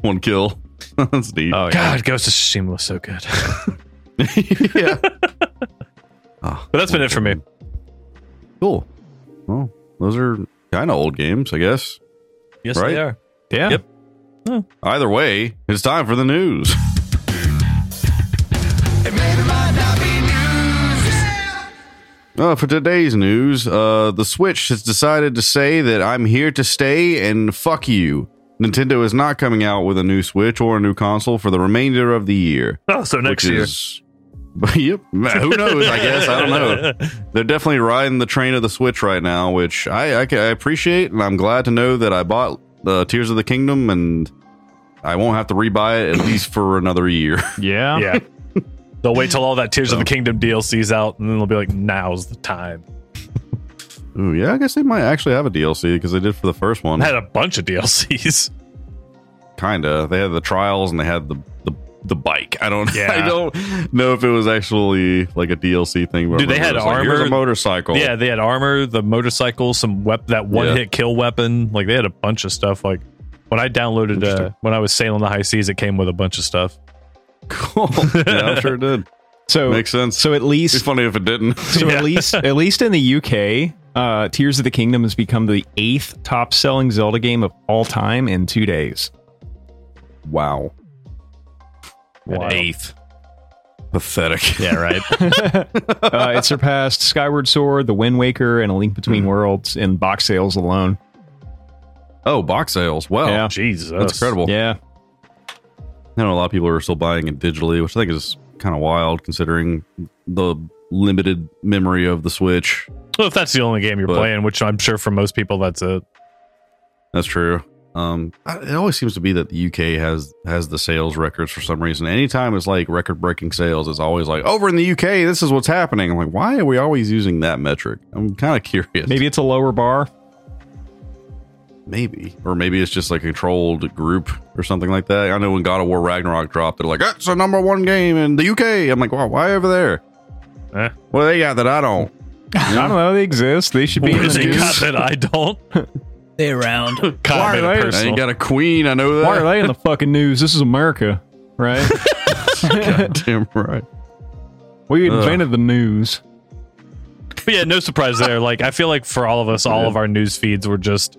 one kill. that's neat.
oh yeah
god ghost of tsushima was so good
yeah. Oh,
but that's been it for me
cool. Well, those are kind of old games, I guess.
yes
Right?
they are
yeah
Yep.
Either way, it's time for the news. Uh, for today's news, uh, the Switch has decided to say that I'm here to stay and fuck you. Nintendo is not coming out with a new Switch or a new console for the remainder of the year.
oh so next
which
year
is- yep. Who knows? I guess I don't know. They're definitely riding the train of the Switch right now, which I I, ca- I appreciate, and I'm glad to know that I bought uh, Tears of the Kingdom, and I won't have to rebuy it at least for another year.
yeah,
yeah they'll wait till all that tears of the kingdom dlc's out and then they'll be like now's the time
Ooh, yeah, I guess they might actually have a DLC because they did for the first one.
i had a bunch of dlc's
Kinda. They had the trials and they had the the, the bike. I don't.
Yeah.
I don't know if it was actually like a DLC thing. But I
Dude, they
remember it
had
was like, Here's
armor-
a motorcycle.
yeah they had armor the motorcycle some wep that one
Yeah.
hit kill weapon like they had a bunch of stuff like when i downloaded uh,
Interesting.
when i was sailing the high seas it came with a bunch of stuff
cool. yeah, I'm sure it did.
so
Makes sense.
so at
It'd be
least
funny if it didn't.
so at least at least in the uk uh tears of the kingdom has become the eighth top selling zelda game of all time in two days
Wow.
Wild.
eighth. Pathetic.
Yeah, right. uh, it surpassed Skyward Sword, The Wind Waker, and A Link
Mm-hmm.
Between Worlds in box sales alone.
Oh, box sales. Wow.
Yeah.
jesus
That's incredible.
Yeah,
I know a lot of people are still buying it digitally, which I think is kind of wild considering the limited memory of the Switch.
Well, if that's the only game you're
But-
playing, which I'm sure for most people that's it.
That's true. Um, I- it always seems to be that the UK has has the sales records for some reason. Anytime it's like record breaking sales, it's always like over in the UK, this is what's happening. I'm like, why are we always using that metric? I'm kind of curious.
maybe it's a lower bar.
Maybe. Or maybe it's just like a controlled group or something like that. I know when God of War Ragnarok dropped, they're like, that's a number one game in the UK. I'm like, wow, why over there?
Eh.
What do they got that I don't?
I don't know. They exist. They should be in
What is
the
it got
news.
that I don't?
They around.
Why
God,
are
made
they-
it
I
personal.
ain't got a queen. I know that.
Why are they in the fucking news? This is America, right?
Damn right.
We
Ugh.
invented the news.
But yeah, no surprise there. Like I feel like for all of us, all of our news feeds were just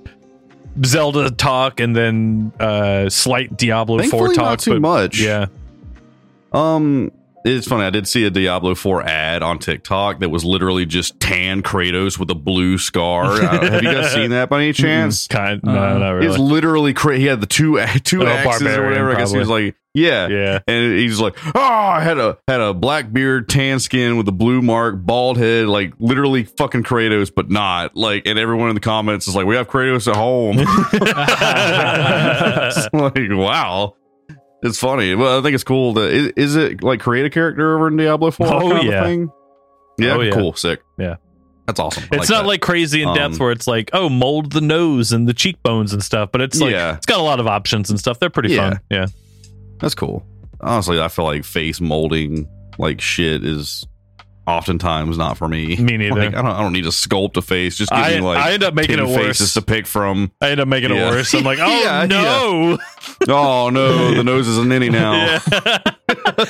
Zelda talk and then uh slight Diablo
Thankfully,
four
not
talk.
too
but
much.
Yeah,
Um, It's funny. I did see a Diablo 4 ad on TikTok that was literally just tan Kratos with a blue scar. Uh, Have you guys seen that by any chance?
Kind no, not
It's
really.
literally cra- he had the two a- two
Oh,
axes or
barbarian,
whatever. I guess he was like, yeah.
Yeah.
And he's like, oh, I had a had a black beard, tan skin with a blue mark, bald head, like literally fucking Kratos, but not like. And everyone in the comments is like, we have Kratos at home. It's like, wow, it's funny. Well, I think it's cool. That is, is it like create a character over in Diablo Four?
Oh,
kind of
yeah.
thing? yeah,
Oh, yeah.
cool, sick.
Yeah.
that's awesome. I
It's not
that.
like crazy in depth
Um,
where it's like, oh, mold the nose and the cheekbones and stuff, but it's like
Yeah.
it's got a lot of options and stuff. They're pretty
Yeah.
fun. Yeah.
That's cool. Honestly, I feel like face molding like shit is oftentimes not for me.
Me neither.
Like, I don't. I don't need to sculpt a face. Just give
I,
me like
I end up making
10
it worse.
faces to pick from.
I end up making
Yeah.
it worse. I'm like, oh
Yeah,
no.
Oh no, the nose is an innie now.
Yeah.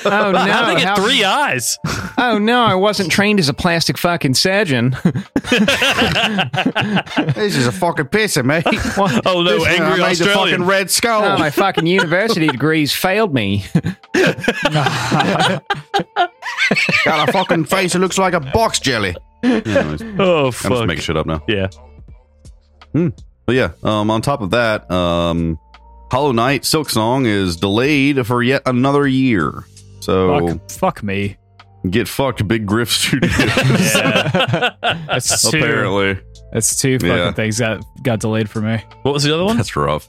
Oh no!
I think
how-
it's three eyes.
Oh no! I wasn't trained as a plastic fucking surgeon.
This is a fucking pisser, mate.
Oh no, angry Australian.
red skull.
Oh, my fucking university degrees failed me.
Got a fucking face that looks like a box jelly. Anyways, I'm
Oh
just
fuck.
making shit up now.
Yeah.
But yeah, um, on top of that, um, Hollow Knight Silk Song is delayed for yet another year. So
Fuck, fuck me.
get fucked, Big Griff Studios.
That's two.
apparently,
That's two fucking
Yeah.
things that got delayed for me.
What was the other one?
that's rough.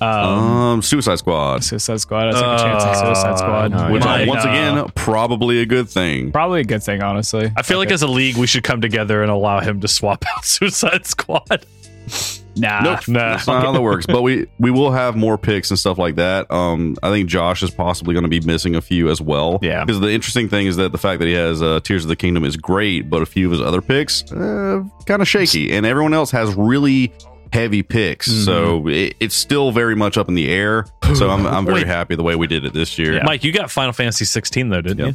Um,
Um, Suicide Squad,
Suicide Squad. I took a chance on Suicide Squad.
Uh,
which
Mine,
once
uh,
again probably a good thing.
probably a good thing, honestly.
I feel like as a league, we should come together and allow him to swap out Suicide Squad. Ah,
nah.
Nah.
That's not how that works. But we we will have more picks and stuff like that. Um, I think Josh is possibly going to be missing a few as well.
Yeah.
Because the interesting thing is that the fact that he has uh, Tears of the Kingdom is great, but a few of his other picks uh, kind of shaky, and everyone else has really heavy picks. So it, it's still very much up in the air. So I'm I'm very
Mm-hmm. Wait.
happy the way we did it this year.
Mike, you got Final Fantasy 16 though, didn't
Yep.
you?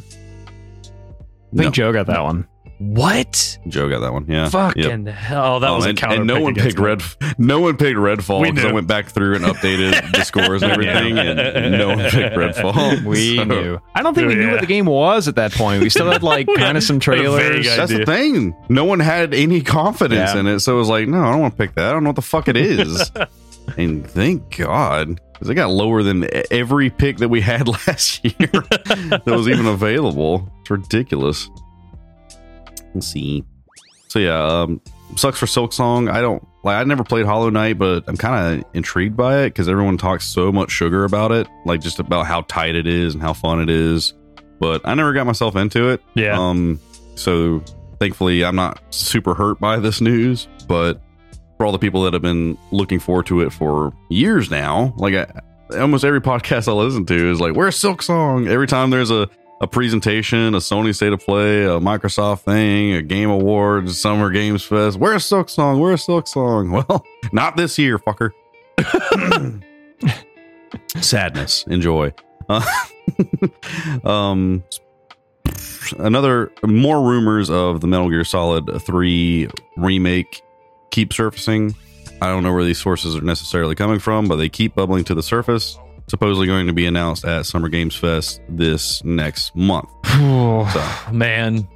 I think Joe got that one.
What?
Joe got that one.
Uh,
Yeah. Yep.
Fucking hell! That
Oh,
was a
and,
counter.
and no
pick
one
against
picked
me.
Red. No one picked Redfall
We
because I
knew.
went back through and updated the scores and everything, and no one picked Redfall.
We
So-
knew. I don't think we knew
Yeah.
what the game was at that point. We still had like kind of some trailers.
vague
That's
idea.
the thing. No one had any confidence
Yeah.
in it, so it was like, no, I don't want to pick that. I don't know what the fuck it is. and thank God, because it got lower than e- every pick that we had last year that was even available. It's ridiculous. Let's see. So yeah, um, sucks for Silk Song. I don't like. I never played Hollow Knight, but I'm kind of intrigued by it because everyone talks so much sugar about it, like just about how tight it is and how fun it is. But I never got myself into it.
Yeah.
Um, so thankfully, I'm not super hurt by this news, but for all the people that have been looking forward to it for years now, like I, almost every podcast I listen to is like, "Where's Silk Song?" Every time there's a a presentation, a Sony State of Play, a Microsoft thing, a Game Awards, Summer Games Fest. Where's Silk Song? Where's Silk Song? Well, not this year, fucker.
um,
Sadness. Enjoy. Uh, um, another more rumors of the Metal Gear Solid 3 remake keep surfacing. I don't know where these sources are necessarily coming from, but they keep bubbling to the surface. Supposedly going to be announced at Summer Games Fest this next month. So
man.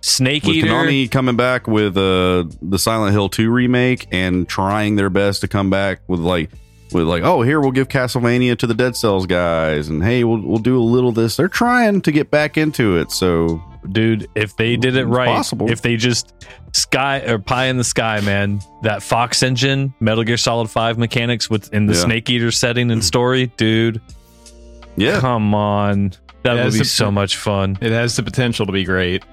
Snake
with
Eater.
Konami coming back with uh, the Silent Hill 2 remake and trying their best to come back with like with like oh here we'll give Castlevania to the Dead Cells guys and hey we'll we'll do a little of this. They're trying to get back into it. So
dude if they did it
It's
right
possible.
if they just sky or pie in the sky man that fox engine metal gear solid 5 mechanics with in the
Yeah.
snake eater setting and story dude
yeah,
come on that
Yeah,
would be
it's a-
so much fun
It has the potential to be great.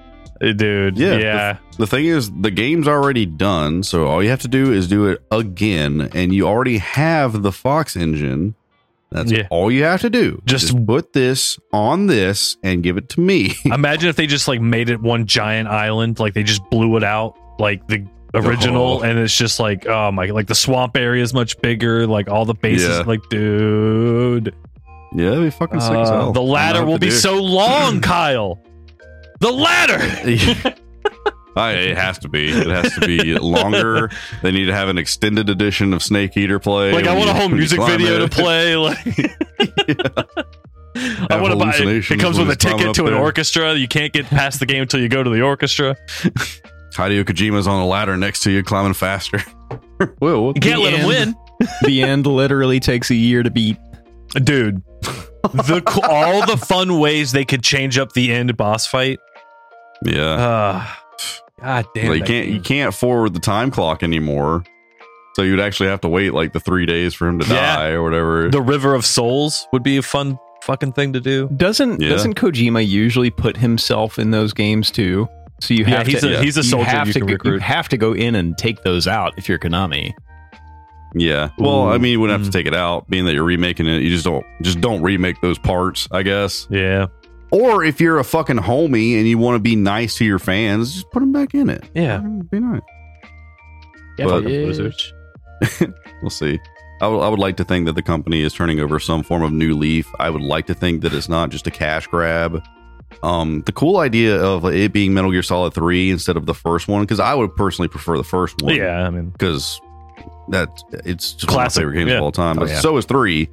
Uh, dude
Yeah,
yeah,
the thing is the game's already done, so all you have to do is do it again and you already have the Fox engine. That's
Yeah.
all you have to do.
Just-
put this on this and give it to me.
imagine if they just like made it one giant island like they just blew it out like the original
Oh.
and it's just like oh my like the swamp area is much bigger like all the bases
Yeah.
like dude
yeah, it'd be fucking sick as
Uh,
hell.
the
I don't know
ladder
what
will
to
be
do.
so long, Kyle. The ladder.
I, Oh, it has to be. It has to be longer. They need to have an extended edition of Snake Eater play.
Like I
when
want a
you-
whole
when you
music
climb
video to
it.
play. Like I want to buy it.
hallucinations
It comes
when
with a
it's climbing
ticket
up
to an
there.
orchestra. You can't get past the game until you go to the orchestra.
Hideo Kojima's on a ladder next to you, climbing faster. Whoa!
You can't
The
let him
end.
win.
the end literally takes a year to beat.
dude the co- all the fun ways they could change up the end boss fight
Yeah,
uh, god damn
Like, you
that
can't you
game.
can't forward the time clock anymore. So you'd actually have to wait like the three days for him to
Yeah.
die or whatever.
the river of souls would be a fun fucking thing to do
Doesn't
Yeah.
doesn't Kojima usually put himself in those games too? So you
Yeah,
have
he's
to
a- he's a soldier
You have
you
to
can
go- you
recruit.
have to go in and take those out if you're Konami.
yeah. Well, I mean, you wouldn't have
Mm.
to take it out, being that you're remaking it. You just don't just don't remake those parts, I guess.
yeah
Or if you're a fucking homie and you want to be nice to your fans, just put them back in it.
yeah
Be nice.
Yeah,
But-
bitch.
We'll see. I would- I would like to think that the company is turning over some form of new leaf. I would like to think that it's not just a cash grab. Um, the cool idea of it being Metal Gear Solid 3 instead of the first one, because I would personally prefer the first one.
yeah i mean
Because that it's just
Classic,
one of my favorite games
yeah.
of all time.
Oh,
But
yeah.
so is three.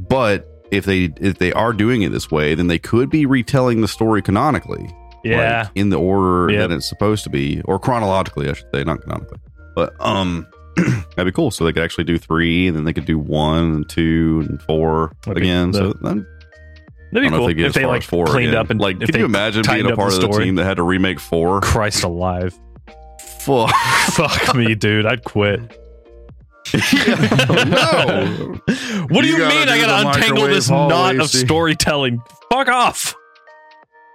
But if they if they are doing it this way, then they could be retelling the story canonically
yeah
like, in the order
Yep.
that it's supposed to be, or chronologically, I should say, not canonically. But um, that'd be cool. So they could actually do three, and then they could do one and two and 4
That'd be-
again. so
that-
I'm- I don't
that'd be
know
cool
if they get
if
as
they
far
like
as four
cleaned
again.
up and
like,
if
can
they
you imagine being
tightened
a
up
part
the
of the
story.
team that had to remake four?
christ alive
Fuck.
fuck me dude i'd quit
no.
what do
You
you,
gotta
mean
do
i
the
gotta untangle
microwave
this
hallway,
knot of
see.
storytelling fuck off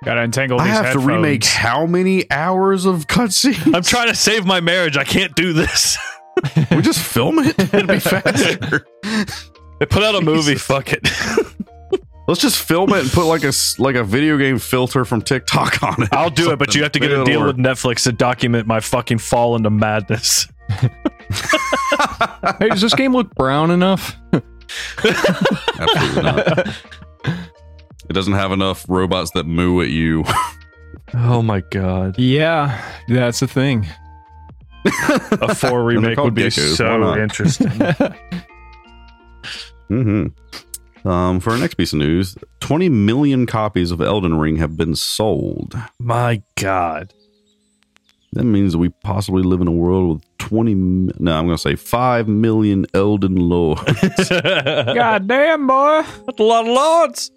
Gotta untangle
I
these
have to
headphones.
remake how many hours of cutscene?
i'm trying to save my marriage i can't do this
we just film it. It'd be faster.
they put out a movie fuck it
Let's just film it and put like a s- like a video game filter from TikTok on it.
I'll do it, but you have to get
Maybe
a
it'll
deal
work.
with Netflix to document my fucking fall into madness.
Hey, does this game look brown enough?
Absolutely not. it doesn't have enough robots that moo at you.
Oh my god.
Yeah, that's the thing.
A four
they're
remake would
called
be
geckos, why
so
not?
interesting.
Mm-hmm. Um, for our next piece of news, 20 million copies of Elden Ring have been sold.
my god.
That means we possibly live in a world with 20. m- No, I'm going to say 5 million Elden Lord.
That's
God damn, boy.
a lot of lords.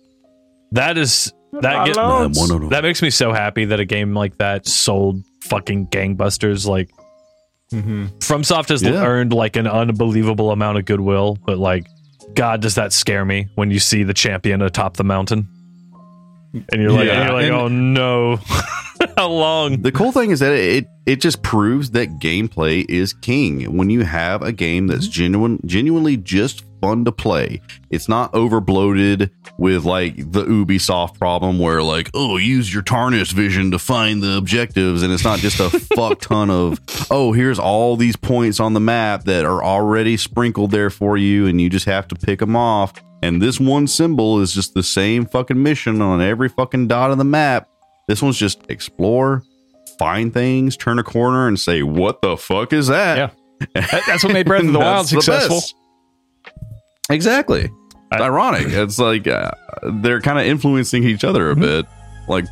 That is that get,
Lords.
Um, one of them.
that makes me so happy that a game like that sold fucking gangbusters. Like Mm-hmm. FromSoft has
Yeah.
earned like an unbelievable amount of goodwill, but like God does that scare me when you see the champion atop the mountain. And you're like,
Yeah.
and you're like
And-
oh no. How long?
The cool thing is that it it just proves that gameplay is king. When you have a game that's genuine, genuinely just fun to play, it's not overbloated with like the Ubisoft problem where like oh use your tarnished vision to find the objectives, and it's not just a fuck ton of oh here's all these points on the map that are already sprinkled there for you, and you just have to pick them off. And this one symbol is just the same fucking mission on every fucking dot of the map. This one's just explore, find things, turn a corner, and say, "What the fuck is that?"
Yeah. That- that's what made Breath of
And
the
that's
Wild
the
successful.
best. Exactly. It's ironic. It's like uh, they're kind of influencing each other
Mm-hmm.
a bit, like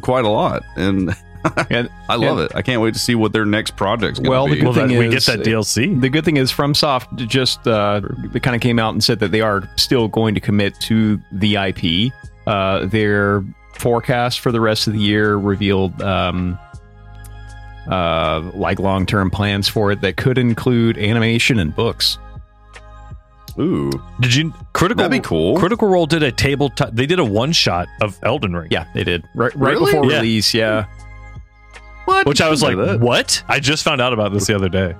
quite a lot, and
And-
I love it. I can't wait to see what their next project's going to
Well, the
be.
good
Well, that,
thing
we get
is-
that DLC.
the good thing is FromSoft just uh, kind of came out and said that they are still going to commit to the IP. Uh, their forecast for the rest of the year revealed um, uh, like long term plans for it that could include animation and books.
Ooh,
Did you critical?
that'd be cool.
Critical Role did a tabletop. They did a one shot of Elden Ring.
Yeah, they did right, right
Really?
before
Yeah.
release. Yeah,
what?
Which I was like,
Didn't know that.
what? I just found out about this the other day.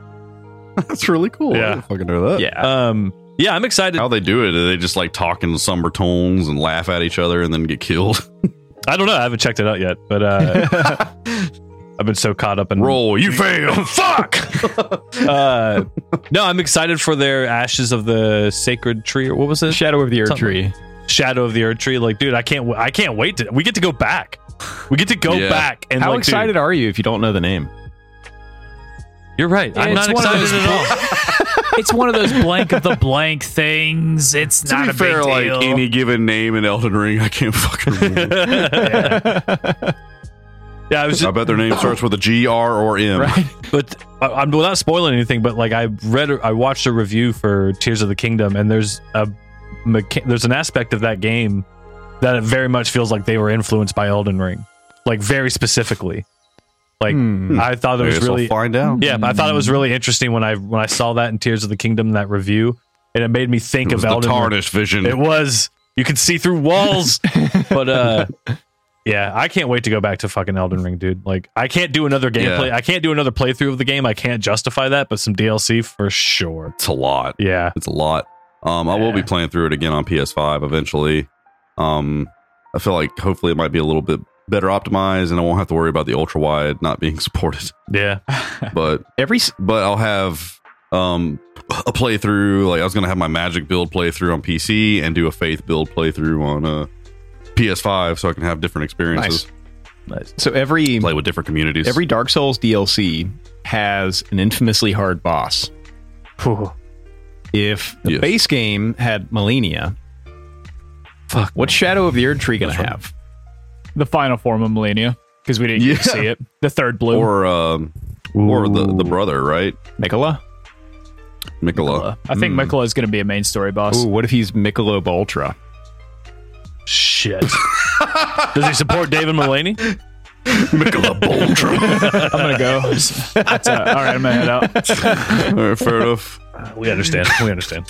That's really cool. I
Yeah.
didn't fucking know that.
yeah.
Um, yeah, I'm excited.
How they do it? Do they just like talk in somber tones and laugh at each other and then get killed?
I don't know. I haven't checked it out yet, but uh, I've been so caught up in
Roll, you fail.
Fuck. uh, no, I'm excited for their Ashes of the Sacred Tree or what was it?
Shadow of the Earth Tree.
something- Shadow of the Earth Tree. Like, dude, I can't. W- I can't wait to. We get to go back. We get to go
Yeah.
back. And
How
like, dude,
excited are you if you don't know the name?
you're right. I'm
It's
not
one of
excited
those-
at all.
it's one of those blank of the blank things. It's
to
not
be
a
fair,
big
like
deal.
any given name in Elden Ring, I can't fucking remember.
Yeah, I was
I
just,
bet their name starts with a G, R, or M.
but uh, I, I'm without spoiling anything. But like I read, I watched a review for Tears of the Kingdom, and there's a mecha- there's an aspect of that game that it very much feels like they were influenced by Elden Ring, like very specifically. Like
Hmm.
Hmm.
Hmm.
I thought it
I
was
guess I'll
really
find out.
Yeah, but I thought it was really interesting when I when I saw that in Tears of the Kingdom that review, and it made me think
It was
of
the
Elden. Ring.
tarnished vision.
It was you could see through walls, but uh, yeah, I can't wait to go back to fucking Elden Ring, dude. Like I can't do another
Yeah.
gameplay. I can't do another playthrough of the game. I can't justify that, but some DLC for sure.
it's a lot.
Yeah,
It's a lot. Um, I will be
Yeah.
playing through it again on PS5 eventually. Um, I feel like hopefully it might be a little bit better optimized, and I won't have to worry about the ultra wide not being supported.
yeah,
But
Every s-
but I'll have um a playthrough. Like I was gonna have my magic build playthrough on PC and do a faith build playthrough on uh PS5, so I can have different experiences,
nice.
so every
play with different communities.
every Dark Souls DLC has an infamously hard boss.
Phew.
If the
Yes.
base game had Millennia,
Fuck.
what's Shadow of the Erd Tree gonna have?
the final form of Millennia because we didn't
Yeah.
get to see it. The third blue.
or um or the the brother, right,
Nicola?
Mikola.
I think Mikola is going to be a main story boss.
hmm. Ooh, what if he's Michelob Ultra?
Shit. Does he support David Mullaney?
Mikola Boltra.
I'm going to go. That's, uh, all right, I'm going to head out.
All right, fair enough.
We understand. We understand.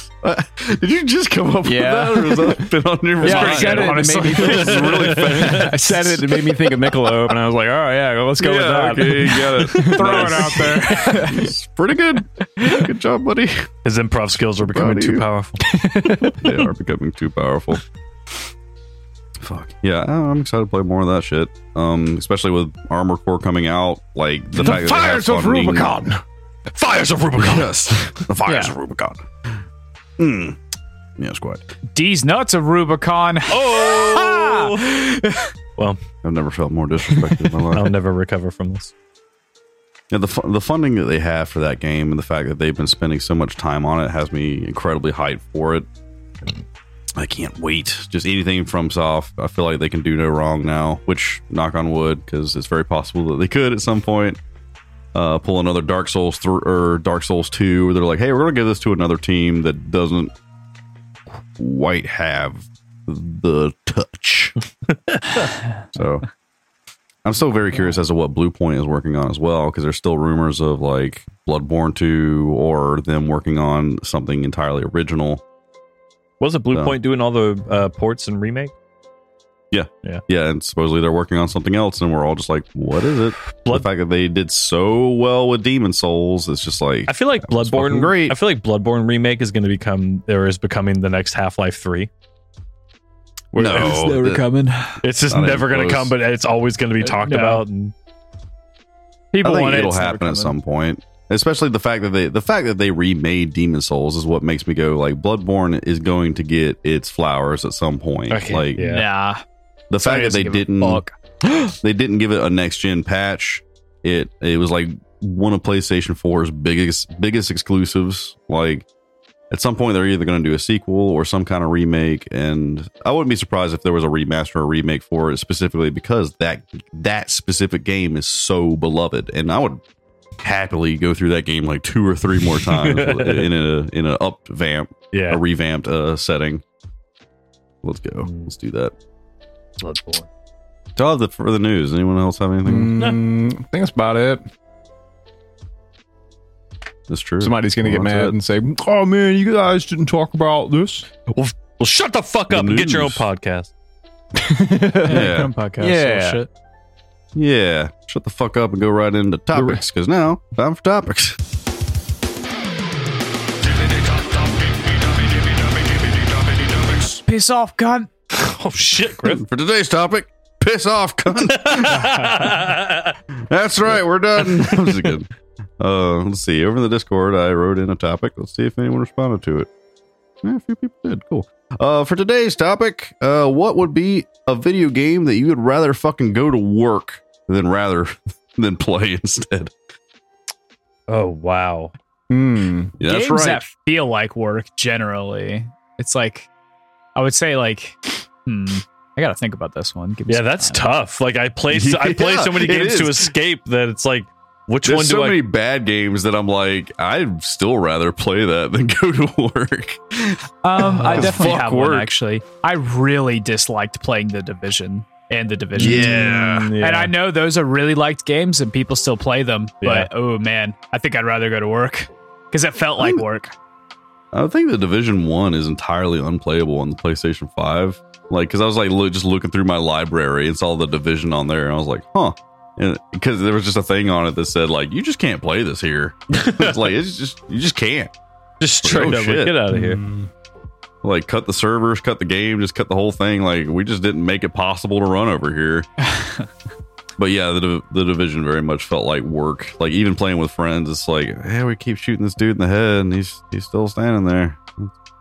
Did you just come up
Yeah.
with that, or has that been on your
Yeah, I
mind?
said it. and It
honestly.
made me think,
It's really fast.
I said it. It made me think of Michelob, and I was like, "Oh yeah, well, let's go
yeah,
with that."
okay, got it. Throw
it out there.
It's pretty good. Good job, buddy.
His improv skills are becoming
of
too
you.
powerful.
They are becoming too powerful. Fuck yeah! I- I'm excited to play more of that shit. Um, especially with Armor Core coming out, like the, fact that they have E funding-
Fires of Rubicon.
Yes, the fires
Yeah.
of Rubicon. Mm. Yeah, squad.
D's nuts of Rubicon.
Oh.
I've never felt more disrespected in my life.
I'll never recover from this.
Yeah, the fu- the funding that they have for that game and the fact that they've been spending so much time on it has me incredibly hyped for it. I can't wait. Just anything from Soft, I feel like they can do no wrong now. Which, knock on wood, because it's very possible that they could at some point uh, pull another Dark Souls thr or Dark Souls Two, where they're like, "Hey, we're gonna give this to another team that doesn't quite have the touch." so I'm still very curious as to what Blue Point is working on as well, because there's still rumors of like Bloodborne 2 or them working on something entirely original.
Wasn't Blue
No.
Point doing all the uh, ports and remake?
Yeah, and supposedly they're working on something else, and we're all just like, what is it?
Blood-
the fact that they did so well with Demon Souls, it's just like,
I feel like
was
Bloodborne.
fucking great.
I feel like Bloodborne remake is going to become or is becoming the next Half Life Three. Where
No.
it's,
never that-
coming.
it's just
Not
never
even
going to
close.
come, but it's always going to be
Uh,
talked
no.
about. And
I
People
think
want it.
it'll
It's never
happen at
coming.
some point. Especially the fact that they the fact that they remade Demon Souls is what makes me go like Bloodborne is going to get its flowers at some point.
Okay,
like
yeah.
Nah.
the
Sony
fact that
doesn't
they
give a
didn't
fuck.
they didn't give it a next gen patch. It it was like one of PlayStation 4's biggest biggest exclusives. Like at some point they're either going to do a sequel or some kind of remake and I wouldn't be surprised if there was a remaster or remake for it specifically because that that specific game is so beloved and I would happily go through that game like two or three more times in a in a up vamp
yeah,
a revamped uh setting. Let's go. Let's do that.
Bloodborne.
Tell the for the news. Anyone else have anything?
Mm, I think that's about it.
That's true.
Somebody's gonna get
Well, that's
mad
it.
and say, "Oh man, you guys didn't talk about this."
Well, shut the fuck
The
up and get your own
news.
podcast.
Yeah.
Come podcast.
Yeah.
Shit.
Yeah, shut the fuck up and go right into topics because now time for topics.
Piss off, cunt.
Oh shit, Griff.
For today's topic, piss off, cunt. That's right, we're done. That was good. Uh, let's see. Over in the Discord, I wrote in a topic. Let's see if anyone responded to it. Yeah, a few people did. Cool. Uh, for today's topic, uh, what would be a video game that you would rather fucking go to work than rather than play instead?
oh wow.
Hmm.
Yeah, that's
games
right.
that feel like work generally. It's like I would say like hmm. I gotta think about this one. Give me
Yeah,
some
that's
time.
tough. Like I play, s I I play
Yeah,
so many
it
games to
is.
escape that it's like, which
There's
one do
so
I?
many bad games that I'm like, I'd still rather play that than go to work.
Um, I definitely
Fuck
have one
work.
actually. I really disliked playing the division and the division. two. And I know those are really liked games and people still play them, but oh man, I think I'd rather go to work because it felt like work.
I think the Division One is entirely unplayable on the PlayStation Five. Like, because I was like look, just looking through my library and saw the Division on there, and I was like, huh. Because there was just a thing on it that said like, you just can't play this here. it's like it's just you just can't.
just straight
Oh,
up,
shit.
like, get out of here.
Like, cut the servers, cut the game, just cut the whole thing. Like, we just didn't make it possible to run over here. but yeah, the Div- the Division very much felt like work. Like even playing with friends, it's like, hey, we keep shooting this dude in the head, and he's he's still standing there.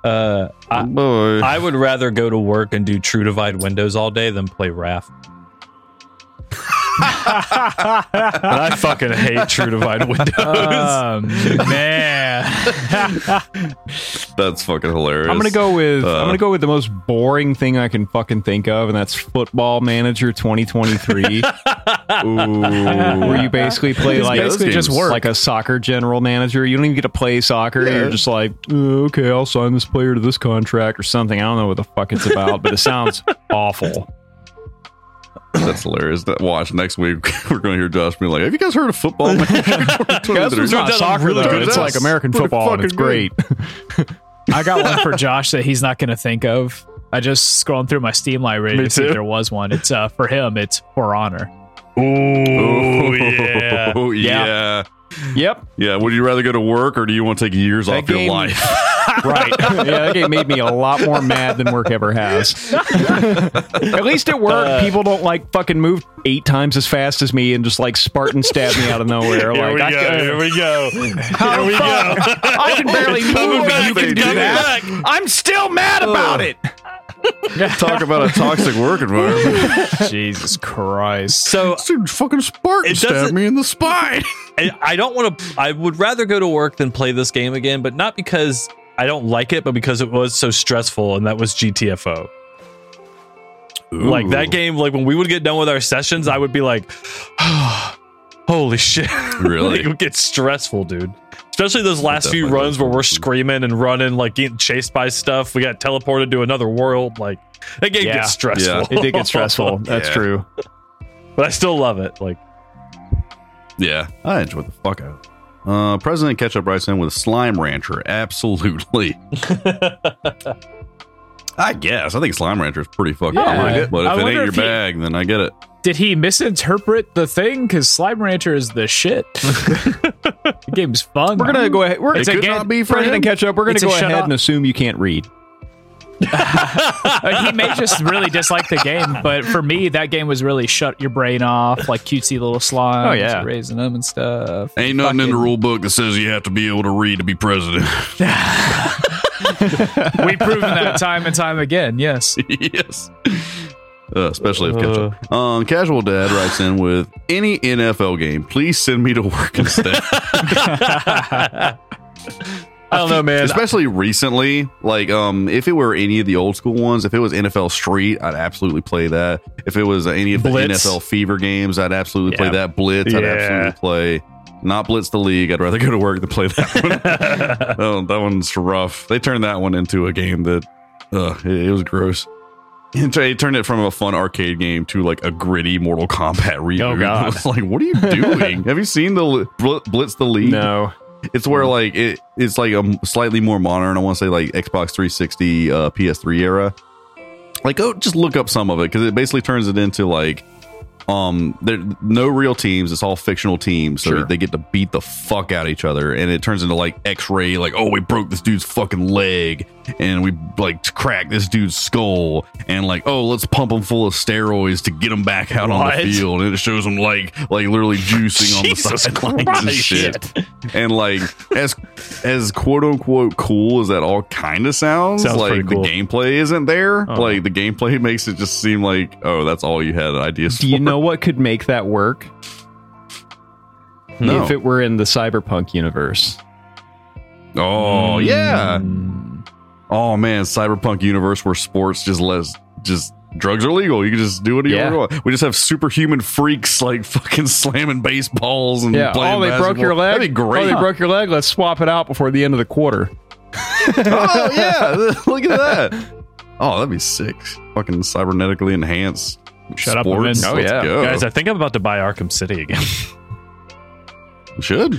Uh, I,
Boy,
I would rather go to work and do True Divide Windows all day than play Raft. And I fucking hate True Divide Windows.
Um, man,
that's fucking hilarious.
I'm gonna go with
Uh,
I'm gonna go with the most boring thing I can fucking think of, and that's Football Manager 2023, where
Ooh.
you basically play
It's
like
basically just work.
like a soccer general manager. You don't even get to play soccer. You're just like, "Uh, okay, I'll sign this player to this contract or something. I don't know what the fuck it's about, but it sounds awful.
That's hilarious. That, watch next week. We're going to hear Josh be like, "Have you guys heard of football?"
That's
That's
it's not
Turns out I'm
soccer
really
though.
good at
It's
that.
like American
Pretty
football, and it's
fucking
great.
I got one for Josh that he's not gonna think of. I just scrolling through my Steam library
Me
to see
too.
if there was one. It's uh, for him. It's for honor.
Ooh, yeah.
Oh, yeah.
Yeah.
yeah,
yep,
Would you rather go to work or do you want to take years
That
off
game-
your life?
right. yeah, that game made me a lot more mad than work ever has. at least at work,
Uh.
people don't like fucking move eight times as fast as me and just like Spartan stab me out of nowhere.
Here
like
we
I,
go.
can-
Here we go. Here we go.
I can barely move,
back,
and you can
baby.
do
Coming
that. I'm still mad about it.
Talk about a toxic work environment.
Jesus Christ.
So
Dude, fucking Spartan
It doesn't-
stabbed me in the spine.
I I don't want to. I would rather go to work than play this game again, but not because I don't like it, but because it was so stressful, and that was GTFO. Like that game, like when we would get done with our sessions, I would be like, "Holy shit!" like,
Really?
it would get stressful, dude. Especially those last few
definitely
runs
does.
where we're screaming and running, like getting chased by stuff. We got teleported to another world. Like that game
Yeah.
gets stressful.
It did get stressful. That's
Yeah.
true.
but I still love it. Like
Yeah, I enjoyed the fuck out. of it. Uh, President Ketchup writes in with Slime Rancher. Absolutely. I guess. I think Slime Rancher is pretty fucking
Yeah.
good. But if
I
it ain't
wonder
your
if he-
bag, then I get it.
Did he misinterpret the thing? Because Slime Rancher is the shit. the game's fun.
We're gonna go ahead. We're
It's
gonna
a game-
be President Ketchup. We're gonna
It's a
go
shut
ahead
up.
and assume you can't read.
Uh, he may just really dislike the game, but for me, that game was really shut your brain off, like cutesy little slimes,
Oh, yeah.
raising them and stuff.
Ain't nothing in the rule book that says you have to be able to read to be president.
We've proven that time and time again. Yes,
yes. Uh, especially if ketchup.
Uh.
Um, Casual Dad writes in with any NFL game. Please send me to work instead.
I don't know, man.
especially recently like um if it were any of the old school ones if it was nfl street i'd absolutely play that if it was any of the
Blitz.
nfl fever games i'd absolutely play
Yeah.
that blitz i'd
Yeah.
absolutely play not blitz the league i'd rather go to work than play that one that, one Oh, that one's rough they turned that one into a game that uh it, it was gross And they turned it from a fun arcade game to like a gritty Mortal Kombat
Oh,
reboot.
God.
I was like, what are you doing? Have you seen the li- Bl- Blitz the League?
No.
It's where
Mm-hmm.
like it, it's like a m- slightly more modern. I want to say like Xbox 360, uh, PS3 era. Like, go just look up some of it because it basically turns it into like, um, there no real teams. It's all fictional teams, so
Sure.
they get to beat the fuck out of each other, and it turns into like X-ray. Like, oh, we broke this dude's fucking leg, and we like cracked this dude's skull, and like, oh, let's pump him full of steroids to get him back out on
What?
the field, and it shows him like like literally juicing on the
Jesus
sidelines and
Christ.
shit and like as as quote unquote cool as that all kind of sounds,
Sounds
like
pretty cool.
the gameplay isn't there.
Oh.
Uh-huh.
Like the gameplay makes it just seem like oh, that's all you had ideas
Do you
for.
know what could make that work?
No.
If it were in the cyberpunk universe.
Oh
Mm.
yeah. Oh man, cyberpunk universe where sports just less just drugs are legal. You can just do whatever
Yeah.
you want. We just have superhuman freaks like fucking slamming baseballs and
Yeah.
playing
oh, they broke your
basketball.
leg.
That'd be great.
Oh, they broke your leg. Let's swap it out before the end of the quarter.
oh yeah, look at that. Oh, that'd be sick. Fucking cybernetically enhanced.
Shut up, I'm in.
sports.
Oh,
Let's
yeah.
go.
Guys, I think I'm about to buy Arkham City again.
You should.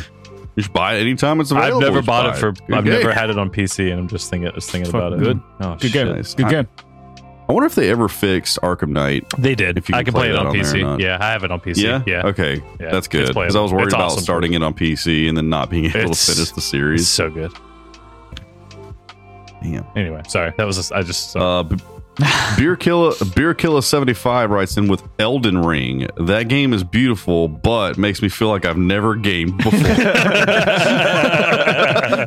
You should buy it anytime it's available.
I've never
Just
bought
buy
it for.
Good
I've
game.
never had it on PC, and I'm just thinking, just thinking about it.
good.
Oh,
Good game.
Nice.
Good
I-
game.
I wonder if they ever fixed Arkham Knight.
They did.
If you
I
can
can
play
play, it
that
on,
on there or
PC.
not.
Yeah, I have it on PC.
Yeah.
Yeah.
Okay.
Yeah.
That's good.
It's
Because I was
playable.
worried
It's
about
awesome.
starting it on PC and then not being able
It's-
to finish the
It's
series.
so good.
Damn.
Anyway, sorry. That was just, I just uh,
Uh, B- Beer Killer Beer Killer 75 writes in with Elden Ring. That game is beautiful, but makes me feel like I've never gamed before.
Does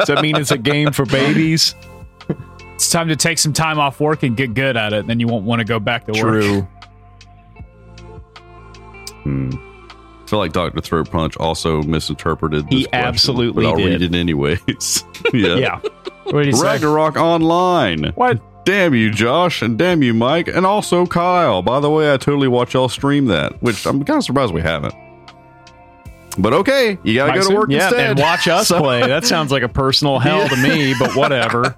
that mean it's a game for babies?
It's time to take some time off work and get good at it. Then you won't want to go back to work.
True.
Hmm. I feel like Dr. Throat Punch also misinterpreted this
He
question,
absolutely
but I'll read
did.
it anyways. yeah.
Yeah. What did he say?
Ragnarok Online.
What?
Damn you, Josh, and damn you, Mike, and also Kyle. By the way, I totally watch y'all stream that, which I'm kind of surprised we haven't. But okay, you gotta go to work
yeah,
instead.
and watch us play. That sounds like a personal hell to me, but whatever.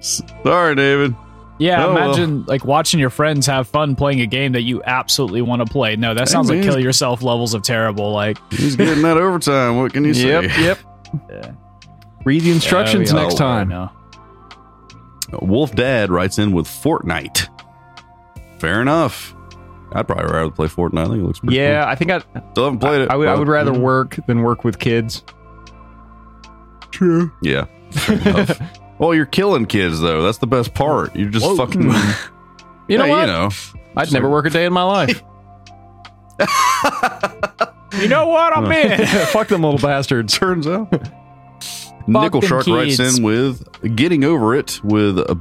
Sorry, David.
Yeah,
Oh, well.
imagine like watching your friends have fun playing a game that you absolutely want to play. No, that sounds like
man.
kill yourself levels of terrible. Like
He's getting that overtime. What can you say?
Yep, yep. Read the instructions
Yeah, we
next
all
time.
Oh, No.
Wolf Dad writes in with Fortnite. Fair enough. I'd probably rather play Fortnite. I think it looks pretty
Yeah, I think I,
cool. Still haven't played it.
I would. I
but-
would rather work than work with kids. True.
Yeah. Fair enough. well, you're killing kids though. That's the best part. You're just fucking.
You know
Yeah,
what?
You know.
I'd never work a day in my life.
You know what? I'm in.
Fuck them little bastards.
turns out. Nickel
them
Shark writes
kids.
in with getting over it with a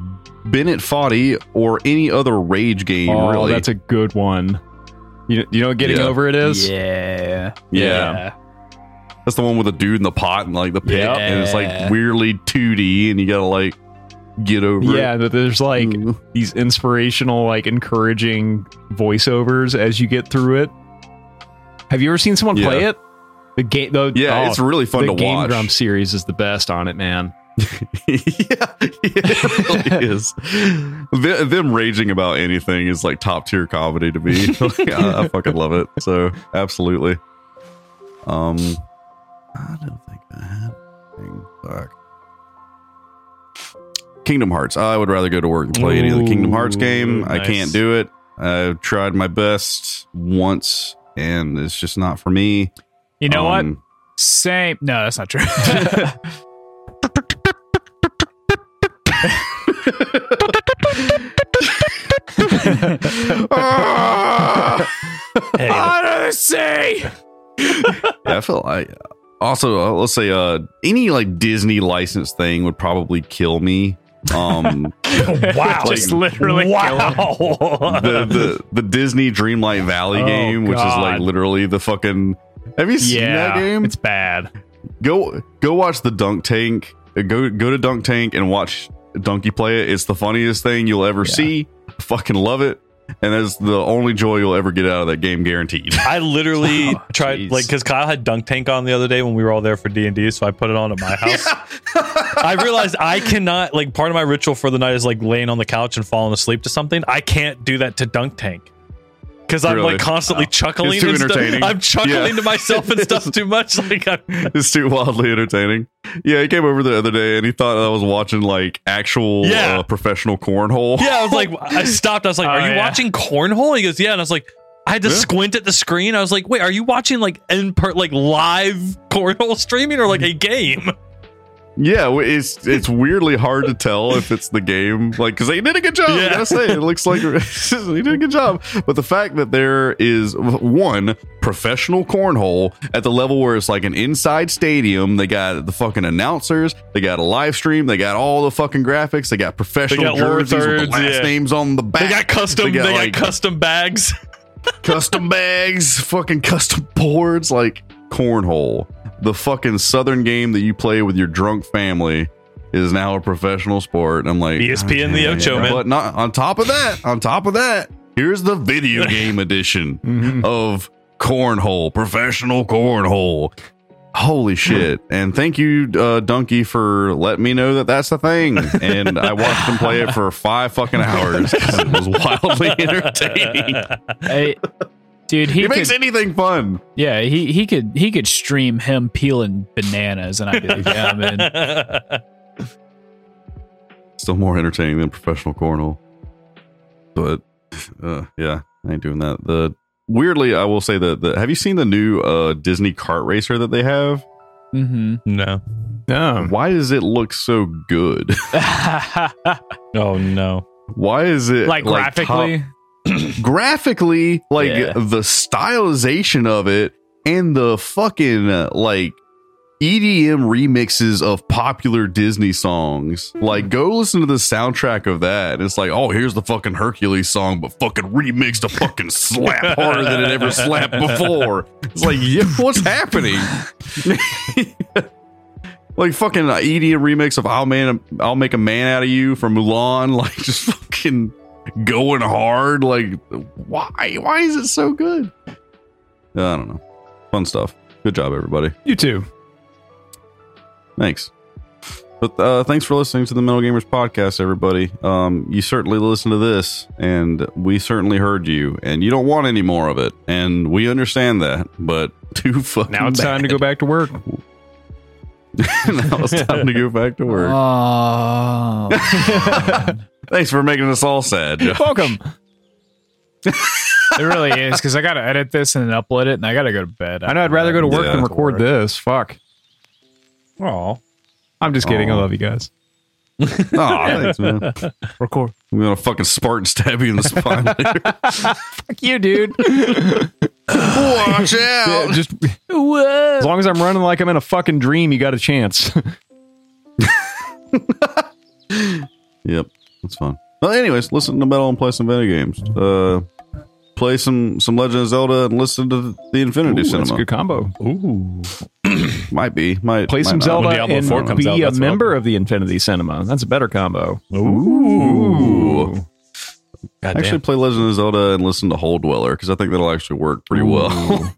Bennett Foddy or any other rage game.
Oh,
really,
that's a good one. You, you know what getting
Yeah.
over it is?
Yeah.
yeah. that's the one with the dude in the pot and like the pit,
Yeah.
and it's like weirdly 2D, and you gotta like get over
Yeah,
it.
that there's like
Mm.
these inspirational, like encouraging voiceovers as you get through it. Have you ever seen someone
Yeah.
play it? The game, the,
yeah,
oh,
it's really fun
the
to
Game
watch.
Grump series is the best on it, man.
yeah, it really is. Th- them raging about anything is like top tier comedy to me. Like, I, I fucking love it. So absolutely. Um, I don't think I had anything. Fuck. Kingdom Hearts. I would rather go to work and play any of the Kingdom Hearts
Ooh,
game. I
nice.
can't do it. I've tried my best once, and it's just not for me.
You know what?
Um,
Same. No, that's not true.
Um,
Under the sea.
Yeah, I feel like also uh, let's say uh any like Disney license thing would probably kill me. Um
wow,
Just literally.
the, the the Disney Dreamlight Valley
Oh,
game, which is like
God.
literally the fucking have you seen that
Yeah,
game?
it's bad.
go go watch the Dunk Tank. Uh, Go go to Dunk Tank and watch Donkey play it. It's the funniest thing you'll ever see. Fucking love it. And that's the only joy you'll ever get out of that game, guaranteed.
I literally
Oh,
tried
jeez.
like because Kyle had Dunk Tank on the other day when we were all there for D and D, so I put it on at my house. I realized I cannot like part of my ritual for the night is like laying on the couch and falling asleep to something. I can't do that to Dunk Tank because I'm
Really?
like constantly chuckling.
It's too
and stuff.
entertaining.
I'm chuckling
Yeah.
to myself and stuff too much. Like I'm,
It's too wildly entertaining. Yeah, he came over the other day and he thought I was watching like actual
Yeah.
uh, professional cornhole.
yeah, I was like I stopped. I was like,
Oh,
"Are you
yeah.
watching cornhole?" He goes, "Yeah," and I was like. I had to
Yeah.
squint at the screen. I was like, "Wait, are you watching like in per- like live cornhole streaming or like a game?"
Yeah, w- it's it's weirdly hard to tell if it's the game, like because they did a good job. I
Yeah.
gotta say, it looks like they did a good job. But the fact that there is one professional cornhole at the level where it's like an inside stadium, they got the fucking announcers, they got a live stream, they got all the fucking graphics, they got professional
got lower
jerseys with the
thirds,
last
yeah.
names on the back.
They got custom. They got,
like,
custom bags.
custom bags, fucking custom boards, like cornhole, the fucking southern game that you play with your drunk family is now a professional sport. I'm like
ESPN the Ocho, man.
But not on top of that, on top of that, here's the video game edition
Hmm.
of cornhole, professional cornhole.
Hmm.
Holy shit! And thank you, uh, Donkey, for letting me know that that's the thing. And I watched him play it for five fucking hours. 'cause It was wildly entertaining.
Hey, dude, he
He makes
could,
anything fun.
yeah, he he could he could stream him peeling bananas, and I'd be like, yeah, man.
still more entertaining than professional cornhole. But uh, yeah, I ain't doing that. The weirdly, I will say that the have you seen the new uh, Disney kart racer that they have?
Mm-hmm.
no.
Oh,
Why does it look so good?
Oh no.
Why is it
Mm-hmm. like graphically,
top- graphically, like
Yeah.
the stylization of it and the fucking uh, like. EDM remixes of popular Disney songs. Like, go listen to the soundtrack of that. It's like, oh, here's the fucking Hercules song, but fucking remixed to fucking slap harder than it ever slapped before. It's like, yeah, what's happening? like fucking EDM remix of "I'll man, I'll make a man out of you" from Mulan. Like, just fucking going hard. Like, why? Why is it so good? I don't know. Fun stuff. Good job, everybody.
you too.
Thanks. But uh, thanks for listening to the Metal Gamers podcast, everybody. Um, you certainly listened to this, and we certainly heard you, and you don't want any more of it, and we understand that. But too fucking
Now it's
bad.
time to go back to work.
now it's time to go back to
Uh,
work.
oh,
thanks for making us all sad. Josh.
Welcome.
it really is because I gotta edit this and then upload it, and I gotta go to bed.
I know I'd rather go to work
Yeah.
than record this. Fuck.
Oh.
I'm just kidding. I
Aw.
love you guys.
Aw, thanks, man.
record.
I'm gonna fucking Spartan stab you in the spine. later.
Fuck you, dude.
Watch out!
just as long as I'm running like I'm in a fucking dream, you got a chance.
Yep, that's fun. Well, anyways, listen to metal and play some video games. Uh, play some some Legend of Zelda and listen to the Infinity
Ooh,
Cinema.
that's a good combo.
Ooh.
Might be. Might
Play
might
some
not.
Zelda
When Diablo
and
4 comes
be
out,
a
that's
member of the Infinity Cinema. That's a better combo.
Ooh. God
Actually, play Legend of Zelda and listen to Hole Dweller because I think that'll actually work pretty well.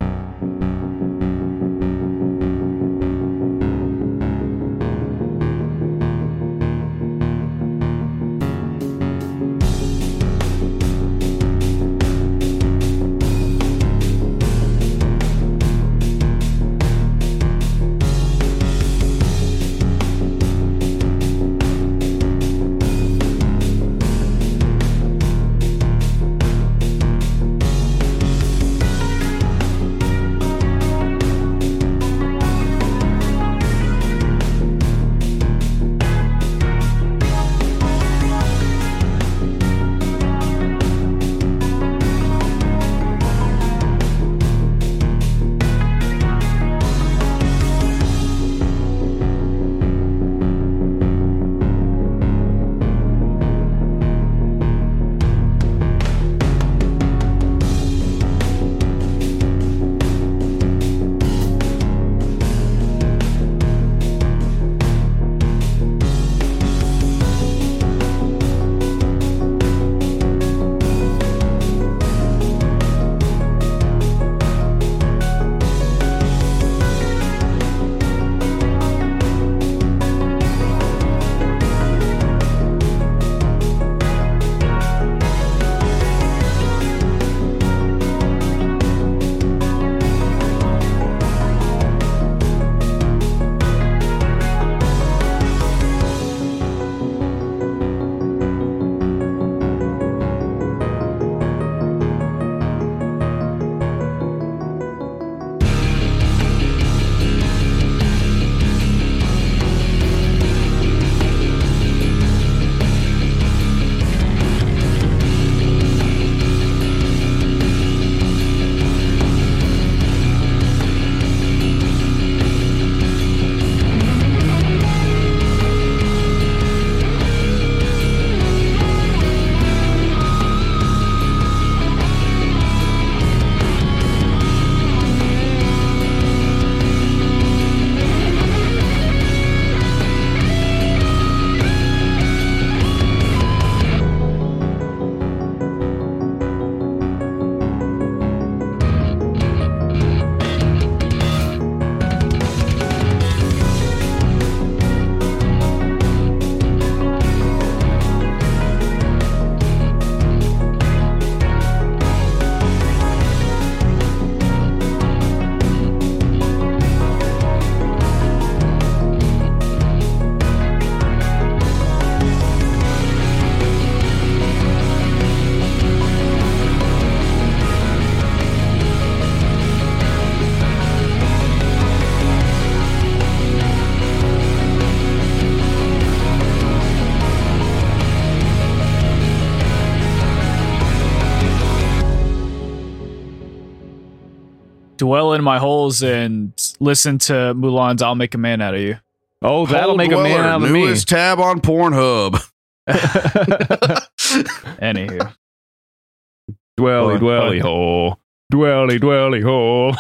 dwell in my holes and listen to Mulan's "I'll Make a Man Out of You."
Oh, that'll
Hole
make a man
Dweller,
out of me.
newest tab on Pornhub.
Anywho,
Dwelly,
Fun.
dwelly hole. Dwelly, dwelly hole.